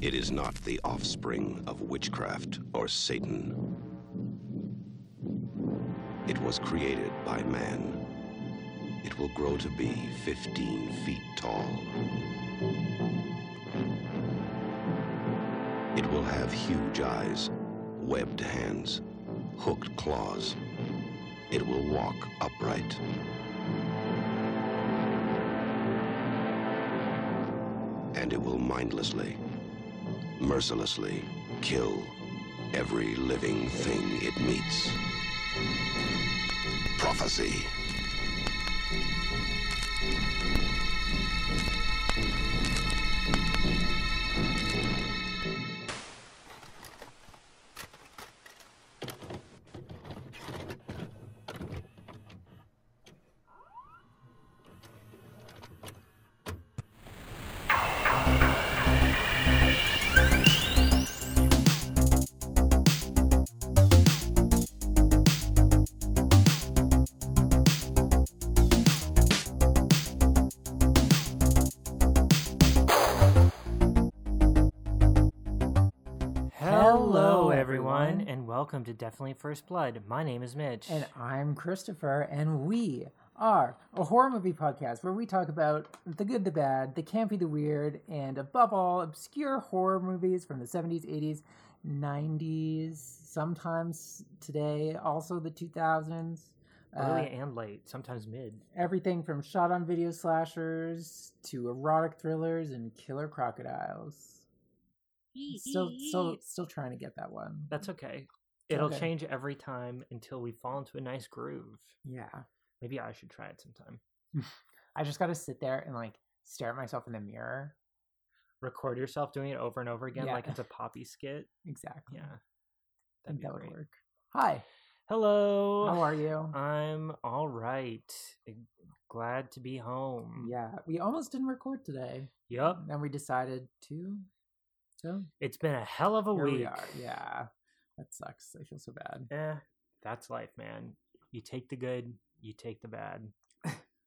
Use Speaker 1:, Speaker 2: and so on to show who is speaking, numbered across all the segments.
Speaker 1: It is not the offspring of witchcraft or Satan. It was created by man. It will grow to be 15 feet tall. It will have huge eyes, webbed hands, hooked claws. It will walk upright. And it will mindlessly, mercilessly kill every living thing it meets. Prophecy.
Speaker 2: Hello,
Speaker 3: Hello,
Speaker 2: everyone.
Speaker 3: everyone, and welcome to Definitely First Blood. My name is Mitch.
Speaker 2: And I'm Christopher, and we are a horror movie podcast where we talk about the good, the bad, the campy, the weird, and above all, obscure horror movies from the 70s, 80s, 90s, sometimes today, also the 2000s.
Speaker 3: Early
Speaker 2: Uh,
Speaker 3: and late, sometimes mid.
Speaker 2: everything from shot on video slashers to erotic thrillers and killer crocodiles. Still, still, still trying to get that one.
Speaker 3: That's okay. It'll
Speaker 2: okay.
Speaker 3: change every time until we fall into a nice groove.
Speaker 2: Yeah.
Speaker 3: Maybe I should try it sometime.
Speaker 2: I just got to sit there and like stare at myself in the mirror.
Speaker 3: Record yourself doing it over and over again
Speaker 2: Yeah.
Speaker 3: like it's a poppy skit.
Speaker 2: Exactly.
Speaker 3: Yeah.
Speaker 2: I think
Speaker 3: That'd be
Speaker 2: that would
Speaker 3: great.
Speaker 2: work. Hi,
Speaker 3: Hello.
Speaker 2: how are you?
Speaker 3: I'm all right. Glad to be home.
Speaker 2: yeah, we almost didn't record today.
Speaker 3: Yep.
Speaker 2: And then we decided to. So
Speaker 3: It's been a hell of a
Speaker 2: here
Speaker 3: week.
Speaker 2: we are. Yeah, that sucks. I feel so bad.
Speaker 3: eh, that's life, man. You take the good, you take the bad,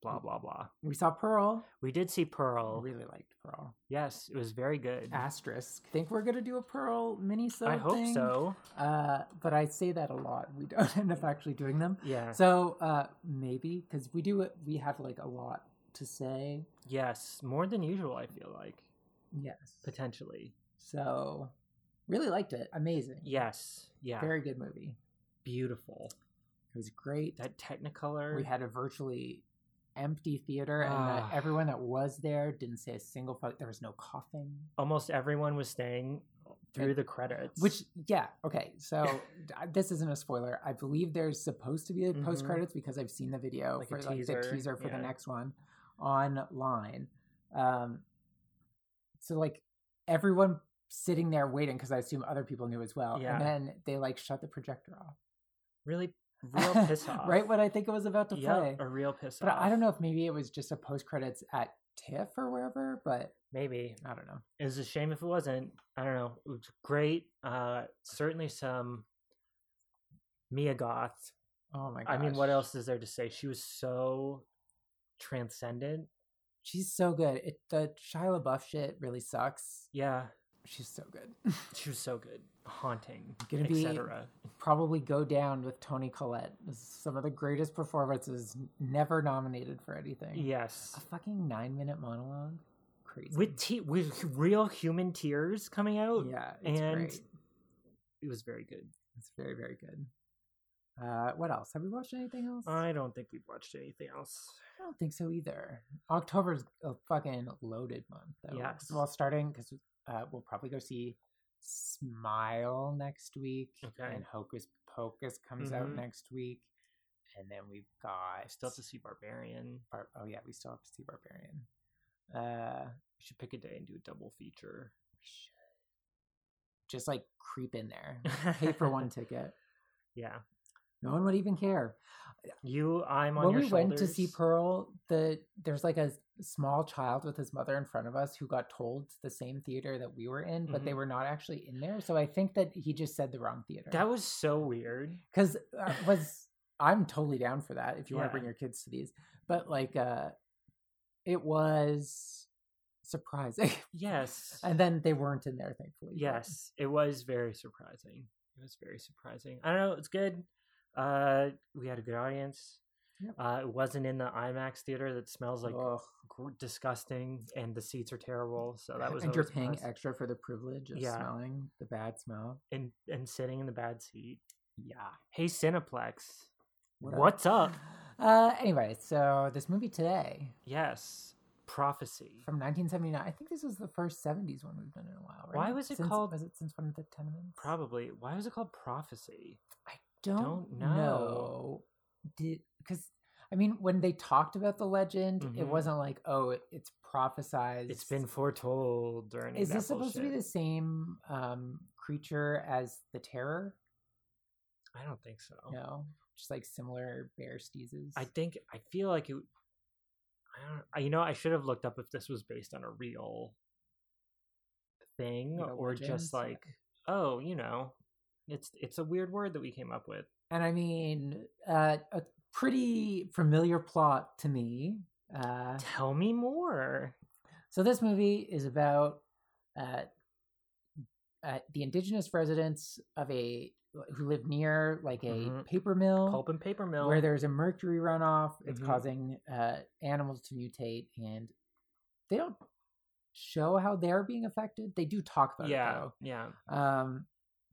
Speaker 3: blah, blah, blah.
Speaker 2: We saw Pearl.
Speaker 3: We did see Pearl.
Speaker 2: Really liked Pearl.
Speaker 3: Yes, it was very good.
Speaker 2: Asterisk. Think we're gonna do a Pearl mini
Speaker 3: I hope so.
Speaker 2: Uh, but I say that a lot. We don't end up actually doing them.
Speaker 3: Yeah.
Speaker 2: So uh, maybe because we do it, we have like a lot to say.
Speaker 3: yes, more than usual, I feel like,
Speaker 2: Yes.
Speaker 3: potentially.
Speaker 2: So, really liked it. Amazing.
Speaker 3: Yes, yeah.
Speaker 2: Very good movie.
Speaker 3: beautiful.
Speaker 2: It was great.
Speaker 3: That Technicolor.
Speaker 2: we had a virtually empty theater, and
Speaker 3: Ah.
Speaker 2: that everyone that was there didn't say a single fuck. There was no coughing.
Speaker 3: Almost everyone was staying through the credits.
Speaker 2: Which, yeah, okay. So I- this isn't a spoiler. I believe there's supposed to be a
Speaker 3: Mhm.
Speaker 2: post credits because I've seen the video
Speaker 3: Like a
Speaker 2: for like the
Speaker 3: teaser,
Speaker 2: teaser for
Speaker 3: yeah.
Speaker 2: the next one online. Um, so like everyone sitting there waiting because I assume other people knew as well.
Speaker 3: Yeah.
Speaker 2: And then they like shut the projector off.
Speaker 3: really real piss off.
Speaker 2: right when I think it was about to
Speaker 3: Yep,
Speaker 2: play.
Speaker 3: a real piss
Speaker 2: But
Speaker 3: off.
Speaker 2: I don't know if maybe it was just a post credits at TIFF or wherever, but
Speaker 3: Maybe.
Speaker 2: I don't know.
Speaker 3: It was a shame if it wasn't. I don't know. It was great. Uh certainly some Mia Goth.
Speaker 2: Oh my
Speaker 3: I
Speaker 2: god.
Speaker 3: mean, what else is there to say? She was so transcendent.
Speaker 2: She's so good. It, the Shia LaBeouf shit really sucks.
Speaker 3: Yeah.
Speaker 2: She's so good.
Speaker 3: She was so good, haunting,
Speaker 2: Gonna be-
Speaker 3: etc.
Speaker 2: Probably go down with Tony Collette. This is some of the greatest performances never nominated for anything.
Speaker 3: Yes,
Speaker 2: A fucking nine minute monologue. Crazy.
Speaker 3: with te- with real human tears coming out.
Speaker 2: yeah, it's
Speaker 3: and-
Speaker 2: great.
Speaker 3: It was very good.
Speaker 2: It's very, very good. Uh, what else? Have we watched anything else?
Speaker 3: I don't think we've watched anything else.
Speaker 2: I don't think so either. October's a fucking loaded month, though.
Speaker 3: Yes.
Speaker 2: Well, starting because uh, we'll probably go see Smile next week,
Speaker 3: Okay.
Speaker 2: and Hocus Pocus comes
Speaker 3: Mhm.
Speaker 2: out next week, and then we've got
Speaker 3: I still have to see Barbarian.
Speaker 2: Bar- oh yeah, we still have to see Barbarian. Uh,
Speaker 3: We should pick a day and do a double feature.
Speaker 2: just like creep in there, pay for one ticket.
Speaker 3: Yeah,
Speaker 2: No one would even care.
Speaker 3: you. I'm on
Speaker 2: when
Speaker 3: your
Speaker 2: we went to see
Speaker 3: shoulders.
Speaker 2: Pearl, the there's like a s- small child with his mother in front of us who got told the same theater that we were in, but they
Speaker 3: Mhm.
Speaker 2: were not actually in there. So I think that he just said the wrong theater.
Speaker 3: That was so weird.
Speaker 2: because uh, was I'm totally down for that if you want
Speaker 3: Yeah.
Speaker 2: to bring your kids to these, but like uh, it was surprising.
Speaker 3: Yes.
Speaker 2: and then they weren't in there, thankfully. but-
Speaker 3: Yes, it was very surprising. It was very surprising. I don't know. It's good. Uh, we had a good audience.
Speaker 2: Yep.
Speaker 3: Uh, it wasn't in the IMAX theater that smells like
Speaker 2: Ugh.
Speaker 3: gr- disgusting, and the seats are terrible. So that was
Speaker 2: and you're
Speaker 3: always a
Speaker 2: paying
Speaker 3: plus.
Speaker 2: extra for the privilege of
Speaker 3: Yeah.
Speaker 2: smelling the bad smell.
Speaker 3: and and sitting in the bad seat.
Speaker 2: Yeah.
Speaker 3: Hey, Cineplex,
Speaker 2: up?
Speaker 3: what's up?
Speaker 2: Uh, anyway, so this movie today
Speaker 3: Yes, Prophecy.
Speaker 2: from 1979. I think this was the first 70s one we've done in a while. Right?
Speaker 3: Why was it
Speaker 2: Since-
Speaker 3: called-
Speaker 2: Was it since one of the tenements?
Speaker 3: Probably. Why was it called Prophecy?
Speaker 2: I don't,
Speaker 3: Don't know.
Speaker 2: know. Did because I mean when they talked about the legend, it
Speaker 3: Mhm.
Speaker 2: wasn't like oh it, it's prophesized.
Speaker 3: It's been foretold or any of
Speaker 2: Is
Speaker 3: that
Speaker 2: this supposed to be
Speaker 3: bullshit.
Speaker 2: the same um, creature as the terror?
Speaker 3: I don't think so.
Speaker 2: No, just like similar bear steezes.
Speaker 3: I think I feel like it. I don't. I- You know, I should have looked up if this was based on a real thing
Speaker 2: Like a
Speaker 3: or just
Speaker 2: legend?
Speaker 3: like, oh, you know, it's it's a weird word that we came up with.
Speaker 2: and I mean uh, a pretty familiar plot to me. Uh,
Speaker 3: Tell me more.
Speaker 2: So this movie is about uh, uh, the indigenous residents of a who live near like a
Speaker 3: Mhm.
Speaker 2: paper Mm-hmm. mill,
Speaker 3: Pulp and paper mill.
Speaker 2: where there's a mercury runoff. It's
Speaker 3: Mhm.
Speaker 2: causing uh, animals to mutate, and they don't show how they're being affected. They do talk about
Speaker 3: yeah,
Speaker 2: it
Speaker 3: yeah,
Speaker 2: though. Um,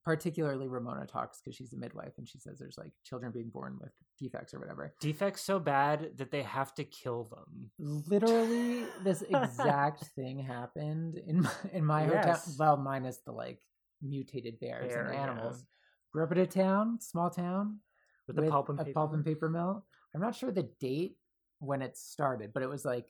Speaker 2: particularly Ramona talks because she's the midwife and she says there's like children being born with defects or whatever.
Speaker 3: defects so bad that they have to kill them.
Speaker 2: literally this exact thing happened in my, in my hotel
Speaker 3: Yes.
Speaker 2: well minus the like mutated bears
Speaker 3: Bear,
Speaker 2: and
Speaker 3: yeah.
Speaker 2: animals grew up in a town small town
Speaker 3: With the pulp and
Speaker 2: a
Speaker 3: paper.
Speaker 2: pulp and paper mill i'm not sure the date when it started but it was like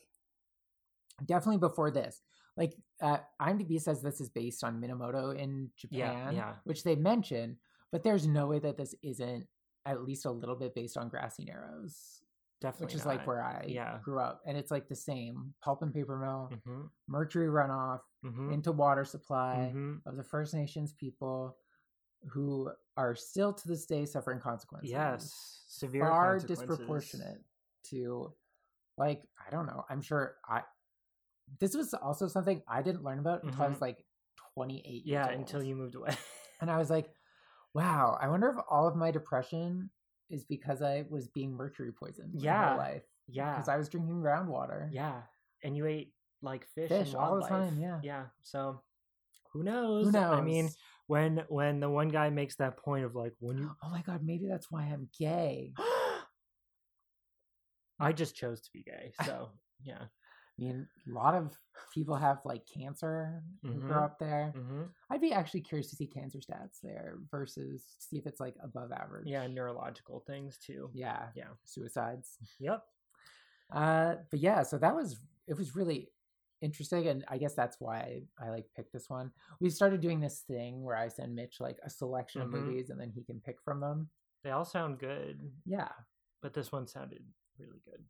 Speaker 2: definitely before this like uh, imdb says this is based on minamoto in
Speaker 3: Yeah,
Speaker 2: japan
Speaker 3: yeah.
Speaker 2: which they mention but there's no way that this isn't at least a little bit based on grassy narrows
Speaker 3: Definitely,
Speaker 2: which is
Speaker 3: not.
Speaker 2: like where I
Speaker 3: yeah.
Speaker 2: grew up, and it's like the same pulp and paper mill,
Speaker 3: Mhm,
Speaker 2: mercury runoff
Speaker 3: mhm,
Speaker 2: into water supply
Speaker 3: mhm.
Speaker 2: of the First Nations people who are still to this day suffering consequences.
Speaker 3: Yes, severe
Speaker 2: far
Speaker 3: consequences.
Speaker 2: disproportionate to like I don't know. I'm sure I this was also something I didn't learn about until I was
Speaker 3: Mhm.
Speaker 2: like 28. years
Speaker 3: Yeah, until
Speaker 2: old.
Speaker 3: you moved away.
Speaker 2: and I was like, wow, I wonder if all of my depression is because I was being mercury poisoned. my
Speaker 3: Yeah.
Speaker 2: whole life
Speaker 3: yeah,
Speaker 2: because I was drinking groundwater.
Speaker 3: Yeah, and you ate like fish,
Speaker 2: Fish
Speaker 3: and
Speaker 2: all the
Speaker 3: wildlife.
Speaker 2: time, yeah.
Speaker 3: yeah. So who knows?
Speaker 2: Who knows?
Speaker 3: I mean, when when the one guy makes that point of like when you,
Speaker 2: oh my god, maybe that's why I'm gay. I
Speaker 3: I just chose to be gay. So yeah.
Speaker 2: mean, a lot of people have like cancer who
Speaker 3: Mhm.
Speaker 2: grew up there.
Speaker 3: hmm
Speaker 2: I'd be actually curious to see cancer stats there versus see if it's like above average.
Speaker 3: Yeah, neurological things too.
Speaker 2: Yeah.
Speaker 3: Yeah.
Speaker 2: Suicides.
Speaker 3: Yep.
Speaker 2: Uh, but yeah, so that was it was really interesting, and I guess that's why I like picked this one. We started doing this thing where I send Mitch like a selection
Speaker 3: Mhm.
Speaker 2: of movies, and then he can pick from them.
Speaker 3: They all sound good,
Speaker 2: Yeah,
Speaker 3: but this one sounded really good.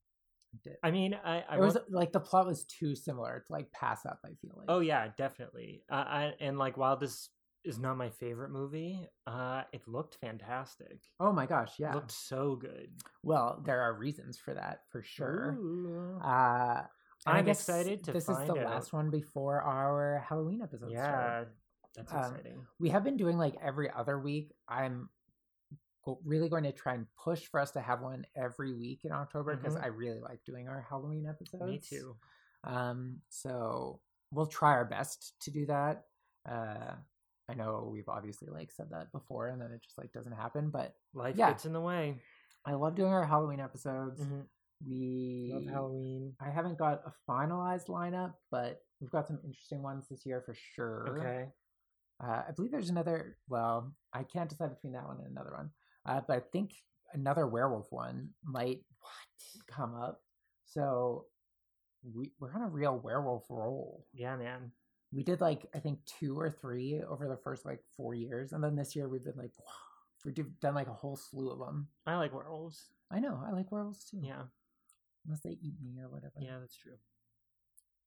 Speaker 2: It did.
Speaker 3: I mean, I, I
Speaker 2: it was
Speaker 3: won't-
Speaker 2: like the plot was too similar to like pass up. I feel like
Speaker 3: oh yeah, definitely. Uh, I, and like while this is not my favorite movie, uh, it looked fantastic.
Speaker 2: oh my gosh,
Speaker 3: It
Speaker 2: yeah.
Speaker 3: looked so good.
Speaker 2: Well, there are reasons for that for sure.
Speaker 3: Ooh.
Speaker 2: Uh, and I
Speaker 3: I'm
Speaker 2: guess
Speaker 3: excited to
Speaker 2: this is
Speaker 3: find
Speaker 2: the
Speaker 3: out.
Speaker 2: last one before our Halloween episode. start.
Speaker 3: Yeah, that's
Speaker 2: Um,
Speaker 3: exciting.
Speaker 2: we have been doing like every other week. I'm go- really going to try and push for us to have one every week in October because
Speaker 3: Mhm.
Speaker 2: I really like doing our Halloween episodes.
Speaker 3: Me too.
Speaker 2: Um, so we'll try our best to do that. Uh, I know we've obviously like said that before, and then it just like doesn't happen. But
Speaker 3: Life
Speaker 2: yeah. Mm-hmm.
Speaker 3: gets in the way.
Speaker 2: I love doing our Halloween episodes. We
Speaker 3: Mm-hmm. Love Halloween.
Speaker 2: I haven't got a finalized lineup, but we've got some interesting ones this year for sure.
Speaker 3: Okay.
Speaker 2: Uh, I believe there's another. Well, I can't decide between that one and another one, uh, but I think another werewolf one might come up. So we, we're on a real werewolf roll.
Speaker 3: Yeah, man.
Speaker 2: We did like I think two or three over the first like four years, and then this year we've been like we've done like a whole slew of them.
Speaker 3: I like werewolves.
Speaker 2: I know I like werewolves too,
Speaker 3: Yeah.
Speaker 2: unless they eat me or whatever.
Speaker 3: Yeah, that's true.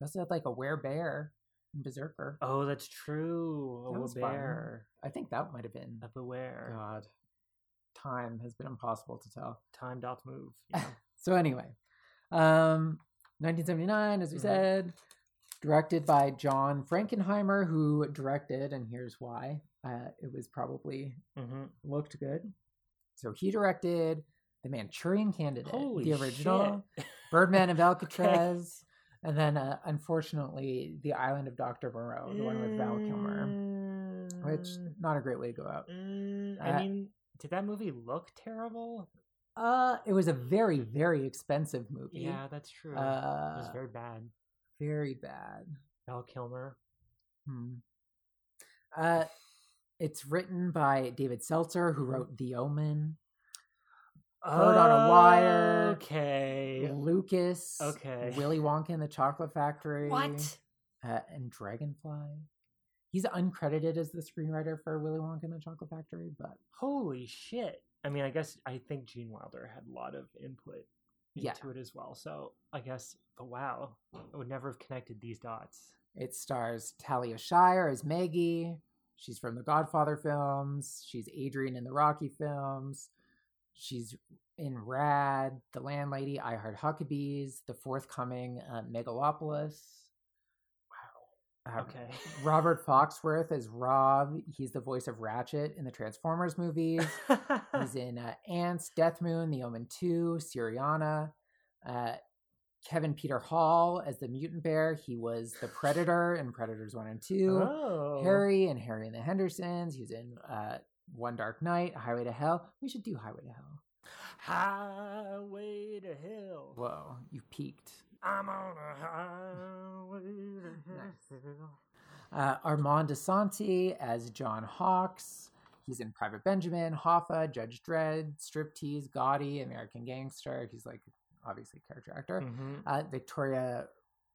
Speaker 2: We also had like a bear and Berserker.
Speaker 3: Oh, that's true.
Speaker 2: That
Speaker 3: A
Speaker 2: was fun.
Speaker 3: bear.
Speaker 2: I think that might have been.
Speaker 3: A beware.
Speaker 2: God, time has been impossible to tell.
Speaker 3: Time doth move. you know.
Speaker 2: So anyway, um, 1979, as we
Speaker 3: Mhm.
Speaker 2: said, directed by John Frankenheimer, who directed, and here's why uh, it was probably
Speaker 3: hmm
Speaker 2: looked good. So he directed The Manchurian Candidate,
Speaker 3: Holy
Speaker 2: the
Speaker 3: shit.
Speaker 2: original, Birdman of Alcatraz, and then uh, unfortunately The Island of Dr. Moreau, the one with Val Kilmer, which
Speaker 3: Mm,
Speaker 2: not a great way to go out.
Speaker 3: mm, I
Speaker 2: uh,
Speaker 3: mean, did that movie look terrible?
Speaker 2: Uh, it was a very, very expensive movie.
Speaker 3: Yeah, that's true. it was
Speaker 2: Uh,
Speaker 3: very bad.
Speaker 2: very bad.
Speaker 3: Val Kilmer.
Speaker 2: Hmm. Uh, it's written by David Seltzer, who wrote The Omen, Bird on a Wire.
Speaker 3: Okay.
Speaker 2: Lucas,
Speaker 3: Okay.
Speaker 2: Willy Wonka and the Chocolate Factory,
Speaker 3: What?
Speaker 2: uh, and Dragonfly. He's uncredited as the screenwriter for Willy Wonka and the Chocolate Factory, but
Speaker 3: Holy shit. I mean, I guess I think Gene Wilder had a lot of input into
Speaker 2: Yeah.
Speaker 3: it as well. So I guess, but wow, I would never have connected these dots.
Speaker 2: it stars Talia Shire as Maggie. She's from the Godfather films. She's Adrian in the Rocky films. She's in Rad, The Landlady, I Heart Huckabees, the forthcoming uh, Megalopolis. Wow. Um,
Speaker 3: Okay.
Speaker 2: Robert Foxworth as Rob. He's the voice of Ratchet in the Transformers movies. He's in uh, Ants, Death Moon, The Omen 2, Syriana. Uh, Kevin Peter Hall as the mutant bear. He was the Predator in Predators 1 and 2.
Speaker 3: oh.
Speaker 2: Harry and Harry and the Hendersons. He was in uh, One Dark Night, Highway to Hell. We should do Highway to Hell.
Speaker 3: Highway to hell.
Speaker 2: Whoa, you peaked.
Speaker 3: I'm on a highway to
Speaker 2: Nice.
Speaker 3: hell.
Speaker 2: Uh, Armand DeSanti as John Hawks. He's in Private Benjamin, Hoffa, Judge Dredd, Striptease, Gotti, American Gangster. He's like obviously a character actor.
Speaker 3: Mhm.
Speaker 2: Uh, Victoria,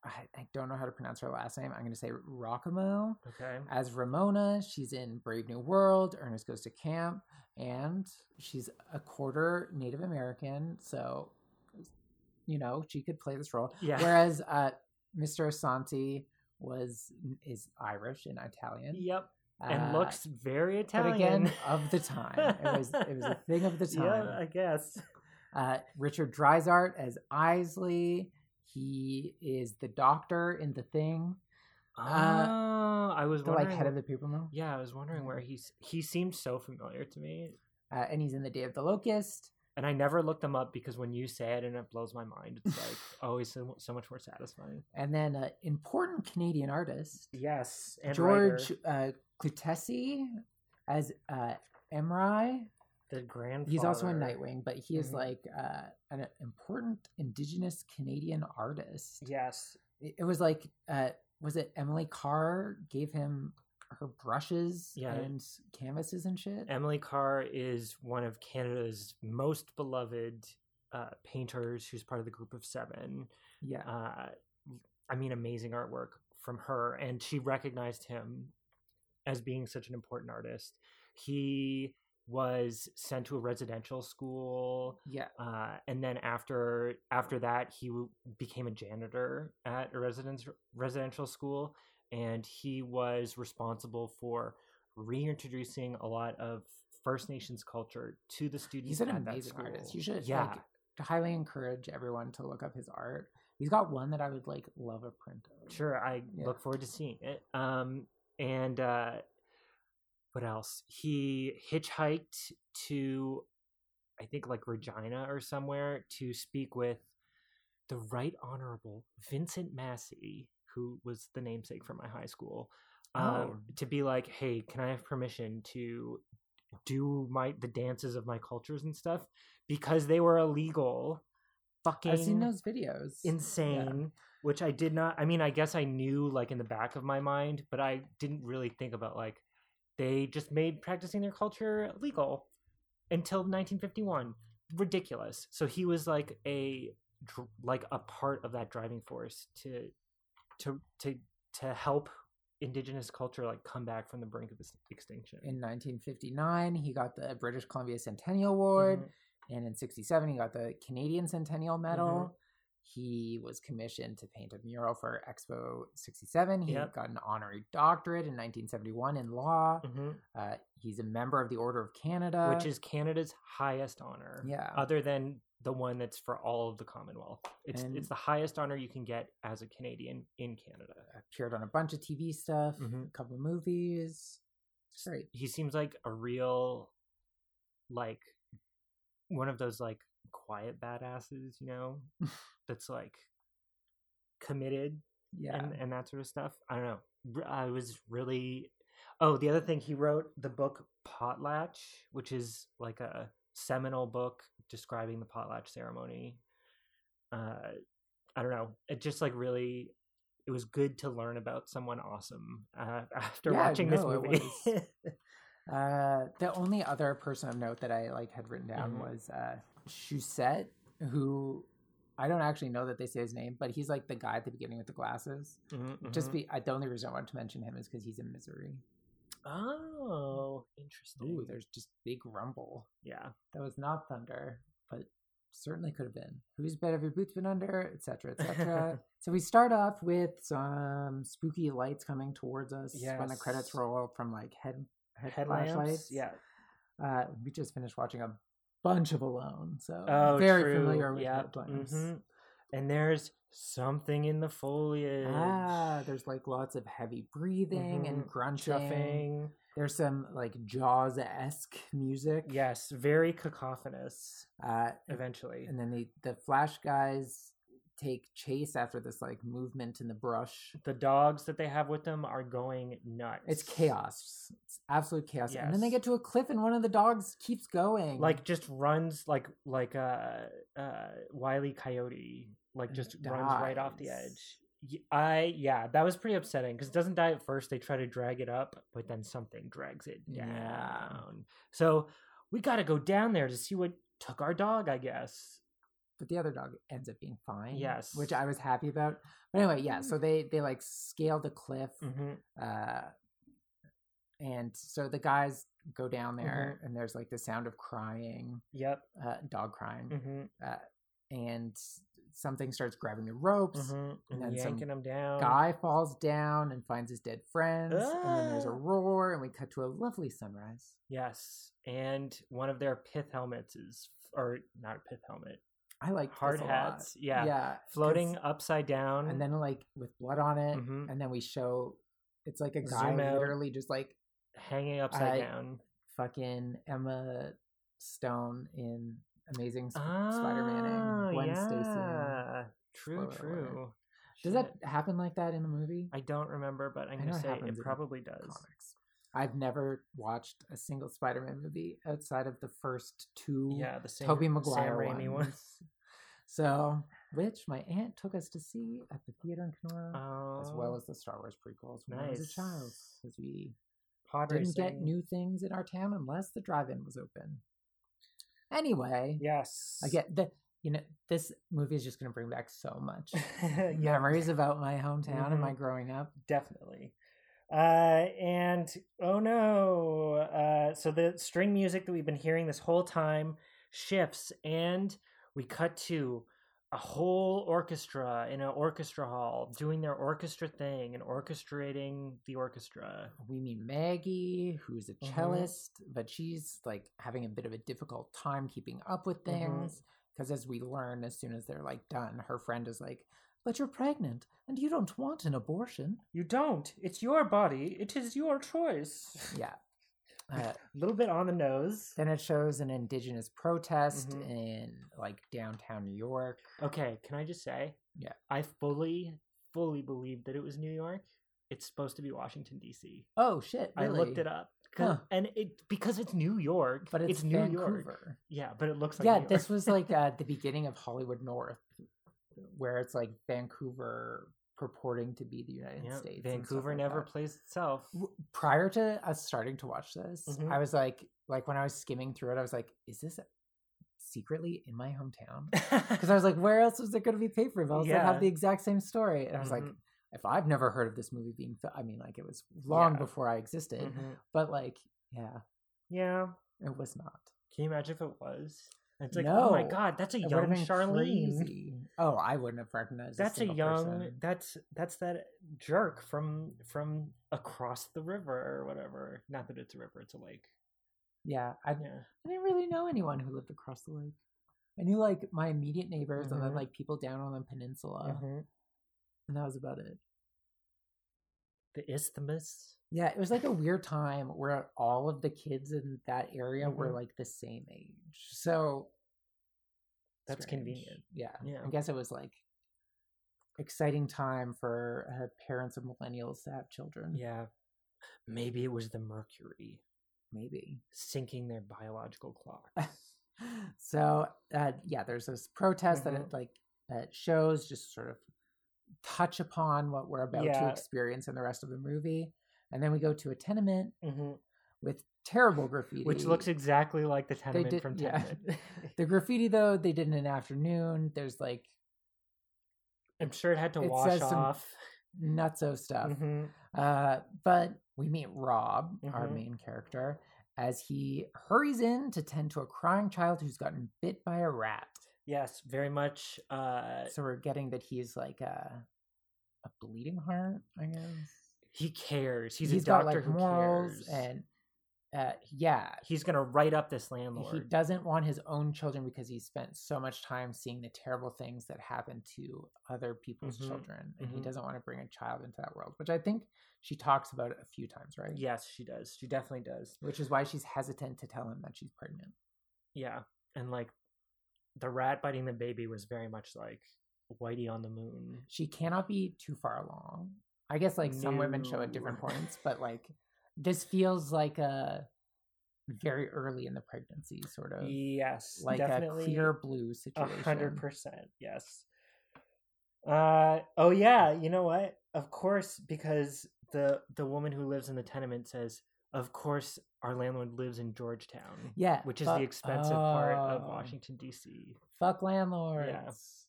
Speaker 2: I, I don't know how to pronounce her last name. I'm going to say Rockamo
Speaker 3: Okay.
Speaker 2: as Ramona. She's in Brave New World, Ernest Goes to Camp, and she's a quarter Native American, so you know she could play this role.
Speaker 3: Yeah.
Speaker 2: Whereas uh, Mr. Asante was is Irish and Italian,
Speaker 3: Yep. And
Speaker 2: uh,
Speaker 3: looks very
Speaker 2: but
Speaker 3: Italian.
Speaker 2: again of the time. It was it was a thing of the time.
Speaker 3: Yeah, I guess.
Speaker 2: Uh, Richard Dreisart as Isley. He is the doctor in the thing,
Speaker 3: Oh,
Speaker 2: Uh,
Speaker 3: I was
Speaker 2: the like head of
Speaker 3: wondering-
Speaker 2: the paper mill.
Speaker 3: Yeah, I was wondering where he's. He seemed so familiar to me,
Speaker 2: Uh, and he's in the Day of the Locust.
Speaker 3: and I never looked them up because when you say it and it blows my mind, it's like always so, so much more satisfying.
Speaker 2: And then an important Canadian artist,
Speaker 3: Yes, and
Speaker 2: George uh, Clutesi as uh, Emry.
Speaker 3: the grandfather.
Speaker 2: He's also in Nightwing, but he is
Speaker 3: Mhm.
Speaker 2: like uh, an important Indigenous Canadian artist.
Speaker 3: Yes,
Speaker 2: It it was like, uh, was it Emily Carr gave him her brushes
Speaker 3: Yeah.
Speaker 2: and canvases and shit?
Speaker 3: Emily Carr is one of Canada's most beloved uh, painters, who's part of the group of seven.
Speaker 2: yeah.
Speaker 3: uh, I mean, amazing artwork from her, and she recognized him as being such an important artist. He was sent to a residential school,
Speaker 2: Yeah.
Speaker 3: uh, and then after after that, he w- became a janitor at a residence residential school, and he was responsible for reintroducing a lot of First Nations culture to the students.
Speaker 2: He's an
Speaker 3: at
Speaker 2: amazing
Speaker 3: that school.
Speaker 2: artist. You should
Speaker 3: yeah.
Speaker 2: like highly encourage everyone to look up his art. He's got one that I would like love a print of.
Speaker 3: Sure, I
Speaker 2: Yeah.
Speaker 3: look forward to seeing it. Um, and uh, what else? He hitchhiked to, I think, like Regina or somewhere to speak with the Right Honorable Vincent Massey, who was the namesake for my high school, um,
Speaker 2: Oh.
Speaker 3: to be like, "Hey, can I have permission to do my the dances of my cultures and stuff because they were illegal." Fucking
Speaker 2: I've seen those videos.
Speaker 3: insane which i did not i mean i guess i knew like in the back of my mind but i didn't really think about like they just made practicing their culture legal until 1951 ridiculous so he was like a dr- like a part of that driving force to to to to help indigenous culture like come back from the brink of ex- extinction
Speaker 2: In 1959, he got the British Columbia Centennial Award,
Speaker 3: Mhm. Mm-hmm.
Speaker 2: and in 67, he got the Canadian Centennial Medal. He was commissioned to paint a mural for Expo 67. He
Speaker 3: Yep.
Speaker 2: got an honorary doctorate in 1971 in law.
Speaker 3: Mhm.
Speaker 2: Uh, he's a member of the Order of Canada,
Speaker 3: which is Canada's highest honor.
Speaker 2: yeah,
Speaker 3: Other than the one that's for all of the Commonwealth, it's
Speaker 2: And-
Speaker 3: it's the highest honor you can get as a Canadian in Canada.
Speaker 2: appeared on a bunch of TV stuff,
Speaker 3: Mhm.
Speaker 2: a couple of movies. It's great.
Speaker 3: He seems like a real, like, one of those like quiet badasses, you know, that's like committed
Speaker 2: Yeah,
Speaker 3: and, and that sort of stuff. I don't know. R- I was really. Oh, the other thing he wrote the book Potlatch, which is like a seminal book describing the potlatch ceremony. Uh, I don't know. It just like really, it was good to learn about someone awesome uh, after
Speaker 2: Yeah,
Speaker 3: watching this
Speaker 2: no, it
Speaker 3: movie.
Speaker 2: was. Uh, the only other person of note that I like had written down
Speaker 3: Mhm.
Speaker 2: was uh, Chusette, who I don't actually know that they say his name, but he's like the guy at the beginning with the glasses.
Speaker 3: Mhm,
Speaker 2: Just
Speaker 3: mhm.
Speaker 2: be, I, the only reason I wanted to mention him is because he's in Misery.
Speaker 3: oh, interesting.
Speaker 2: Ooh, there's just big rumble.
Speaker 3: yeah,
Speaker 2: That was not thunder, but certainly could have been. Whose bed have your boots been under, etc., etc. so we start off with some spooky lights coming towards us when the credits
Speaker 3: Yes.
Speaker 2: roll from like head, head
Speaker 3: headlamps.
Speaker 2: flashlights.
Speaker 3: Yeah.
Speaker 2: Uh, we just finished watching a bunch of Alone, so
Speaker 3: Oh,
Speaker 2: very
Speaker 3: true.
Speaker 2: familiar with
Speaker 3: Yep.
Speaker 2: headlamps.
Speaker 3: mhm. And there's something in the foliage.
Speaker 2: Ah, there's like lots of heavy breathing and
Speaker 3: Mhm.
Speaker 2: grunting.
Speaker 3: chuffing.
Speaker 2: There's some like Jaws esque music.
Speaker 3: Yes, very cacophonous.
Speaker 2: Uh,
Speaker 3: Eventually,
Speaker 2: and then the the Flash guys take chase after this like movement in the brush.
Speaker 3: the dogs that they have with them are going nuts.
Speaker 2: It's chaos. It's absolute chaos. And then they
Speaker 3: Yes.
Speaker 2: get to a cliff, and one of the dogs keeps going.
Speaker 3: Like just runs like like a uh, uh, wily coyote. Like
Speaker 2: And
Speaker 3: just runs right off the
Speaker 2: dies.
Speaker 3: edge. Y- I yeah, that was pretty upsetting because it doesn't die at first. They try to drag it up, but then something drags it
Speaker 2: Yeah.
Speaker 3: down. So we got to go down there to see what took our dog. I guess.
Speaker 2: but the other dog ends up being fine.
Speaker 3: Yes.
Speaker 2: which I was happy about. But anyway, yeah. So they they like scale the cliff,
Speaker 3: Mm-hmm.
Speaker 2: uh, and so the guys go down there,
Speaker 3: Mm-hmm.
Speaker 2: and there's like the sound of crying,
Speaker 3: Yep.
Speaker 2: uh, dog crying,
Speaker 3: Mm-hmm.
Speaker 2: and something starts grabbing the ropes.
Speaker 3: hmm
Speaker 2: Mm-hmm.
Speaker 3: And,
Speaker 2: then some
Speaker 3: yanking them down.
Speaker 2: Guy falls down and finds his dead friends, and then there's a
Speaker 3: Ah.
Speaker 2: roar, and we cut to a lovely sunrise.
Speaker 3: Yes, and one of their pith helmets is, or not a pith helmet,
Speaker 2: I like
Speaker 3: hard hats. Yeah,
Speaker 2: yeah, 'cause-
Speaker 3: floating upside down,
Speaker 2: and then like with blood on it,
Speaker 3: Mhm.
Speaker 2: and then we show it's like a guy
Speaker 3: Zoom out.
Speaker 2: literally just like
Speaker 3: hanging upside
Speaker 2: I-
Speaker 3: down.
Speaker 2: fucking Emma Stone in Amazing Sp-
Speaker 3: Ah,
Speaker 2: Spider-Man and Gwen Stacy. and-
Speaker 3: yeah. True,
Speaker 2: Spoiler
Speaker 3: true.
Speaker 2: alert. Does that
Speaker 3: Shit.
Speaker 2: happen like that in the movie?
Speaker 3: I don't remember, but I'm
Speaker 2: know
Speaker 3: gonna
Speaker 2: it
Speaker 3: say
Speaker 2: happens
Speaker 3: it
Speaker 2: in
Speaker 3: probably does.
Speaker 2: Comics. I've never watched a single Spider-Man movie outside of the first two
Speaker 3: Yeah, the same.
Speaker 2: Tobey Maguire
Speaker 3: Sam Raimi
Speaker 2: ones.
Speaker 3: one.
Speaker 2: So, which my aunt took us to see at the theater in Kenora,
Speaker 3: Oh,
Speaker 2: as well as the Star Wars prequels when I was a child,
Speaker 3: nice.
Speaker 2: because we
Speaker 3: pod
Speaker 2: didn't get
Speaker 3: racing.
Speaker 2: new things in our town unless the drive-in was open. Anyway,
Speaker 3: Yes,
Speaker 2: I get the you know this movie is just going to bring back so much
Speaker 3: yeah,
Speaker 2: memories about my hometown and my
Speaker 3: Mhm.
Speaker 2: growing up.
Speaker 3: definitely. Uh, and oh no! Uh, so the string music that we've been hearing this whole time shifts, and we cut to a whole orchestra in an orchestra hall doing their orchestra thing and orchestrating the orchestra.
Speaker 2: We meet Maggie, who's a
Speaker 3: Mhm.
Speaker 2: cellist, but she's like having a bit of a difficult time keeping up with
Speaker 3: Mm-hmm.
Speaker 2: things because, as we learn, as soon as they're like done, her friend is like, "But you're pregnant, and you don't want an abortion."
Speaker 3: You don't. It's your body. It is your choice.
Speaker 2: Yeah. Uh,
Speaker 3: a little bit on the nose.
Speaker 2: then it shows an indigenous protest
Speaker 3: Mhm.
Speaker 2: in like downtown New York.
Speaker 3: Okay, can I just say?
Speaker 2: Yeah.
Speaker 3: I fully, fully believed that it was New York. It's supposed to be Washington D.C.
Speaker 2: Oh shit!
Speaker 3: I looked
Speaker 2: really?
Speaker 3: it up, 'cause-
Speaker 2: Huh.
Speaker 3: and it because it's New York,
Speaker 2: but it's,
Speaker 3: New
Speaker 2: Vancouver.
Speaker 3: York. Yeah, but it looks like
Speaker 2: yeah,
Speaker 3: New
Speaker 2: this
Speaker 3: York.
Speaker 2: was like uh, the beginning of Hollywood North, where it's like Vancouver purporting to be the United
Speaker 3: Yeah,
Speaker 2: States. and stuff
Speaker 3: Vancouver
Speaker 2: like
Speaker 3: never
Speaker 2: that.
Speaker 3: plays itself.
Speaker 2: W- Prior to us starting to watch this,
Speaker 3: Mhm.
Speaker 2: I was like, like when I was skimming through it, I was like, is this secretly in my hometown? Because I was like, where else was there going to be paper bills that
Speaker 3: Yeah.
Speaker 2: have the exact same story? And I was like,
Speaker 3: Mhm.
Speaker 2: if I've never heard of this movie being, fi- I mean, like it was long
Speaker 3: Yeah.
Speaker 2: before I existed,
Speaker 3: Mhm.
Speaker 2: but like, yeah,
Speaker 3: Yeah,
Speaker 2: it was not.
Speaker 3: can you imagine if it was? It's like, oh my
Speaker 2: No.
Speaker 3: god, that's a
Speaker 2: It
Speaker 3: young
Speaker 2: would've been
Speaker 3: Charlene.
Speaker 2: crazy. Oh, I wouldn't have recognized.
Speaker 3: That's a
Speaker 2: single
Speaker 3: young.
Speaker 2: person.
Speaker 3: That's that's that jerk from from across the river or whatever. Not that it's a river; it's a lake.
Speaker 2: Yeah, I,
Speaker 3: Yeah.
Speaker 2: I didn't really know anyone who lived across the lake. I knew like my immediate neighbors and then
Speaker 3: Mhm.
Speaker 2: like people down on the peninsula,
Speaker 3: Mhm.
Speaker 2: and that was about it.
Speaker 3: The isthmus.
Speaker 2: Yeah, it was like a weird time where all of the kids in that area were
Speaker 3: Mhm.
Speaker 2: like the same age. So
Speaker 3: That's
Speaker 2: strange.
Speaker 3: convenient.
Speaker 2: Yeah.
Speaker 3: Yeah.
Speaker 2: I guess it was like exciting time for uh, parents of millennials to have children.
Speaker 3: Yeah. Maybe it was the mercury
Speaker 2: maybe.
Speaker 3: sinking their biological clock.
Speaker 2: so uh, yeah, there's this protest that
Speaker 3: Mhm.
Speaker 2: it like uh, shows just sort of touch upon what we're about to
Speaker 3: Yeah.
Speaker 2: experience in the rest of the movie, and then we go to a tenement
Speaker 3: hmm
Speaker 2: with terrible graffiti,
Speaker 3: Which looks exactly like the
Speaker 2: They
Speaker 3: tenement
Speaker 2: did-
Speaker 3: from
Speaker 2: yeah.
Speaker 3: Tenement.
Speaker 2: the graffiti though they did in an afternoon. There's like
Speaker 3: I'm sure it had to
Speaker 2: It
Speaker 3: wash
Speaker 2: says some
Speaker 3: off.
Speaker 2: nutso stuff.
Speaker 3: hmm
Speaker 2: Uh, but we meet Rob, our
Speaker 3: Mhm.
Speaker 2: main character, as he hurries in to tend to a crying child who's gotten bit by a rat.
Speaker 3: Yes, very much. Uh,
Speaker 2: So we're getting that he's like a, a bleeding heart, I guess.
Speaker 3: he cares. He's, a
Speaker 2: He's
Speaker 3: doctor
Speaker 2: got like
Speaker 3: who
Speaker 2: morals
Speaker 3: cares.
Speaker 2: and uh, yeah,
Speaker 3: he's gonna write up this
Speaker 2: he
Speaker 3: landlord.
Speaker 2: doesn't want his own children because he spent so much time seeing the terrible things that happen to other people's
Speaker 3: Mhm,
Speaker 2: children, and he
Speaker 3: mhm.
Speaker 2: doesn't want to bring a child into that world, which I think she talks about a few times, right?
Speaker 3: Yes, she does. She definitely does.
Speaker 2: which is why she's hesitant to tell him that she's pregnant.
Speaker 3: Yeah, and like the rat biting the baby was very much like Whitey on the moon.
Speaker 2: She cannot be too far along. I guess like some women show at different
Speaker 3: No.
Speaker 2: points, but like this feels like a very early in the pregnancy sort of
Speaker 3: Yes,
Speaker 2: like
Speaker 3: definitely
Speaker 2: a clear blue
Speaker 3: a
Speaker 2: situation.
Speaker 3: hundred percent. Yes. Uh oh yeah. You know what? Of course, because the the woman who lives in the tenement says, "Of course, our landlord lives in Georgetown."
Speaker 2: Yeah,
Speaker 3: Which is
Speaker 2: fuck-
Speaker 3: the expensive part of
Speaker 2: oh,
Speaker 3: Washington D.C.
Speaker 2: Fuck landlords.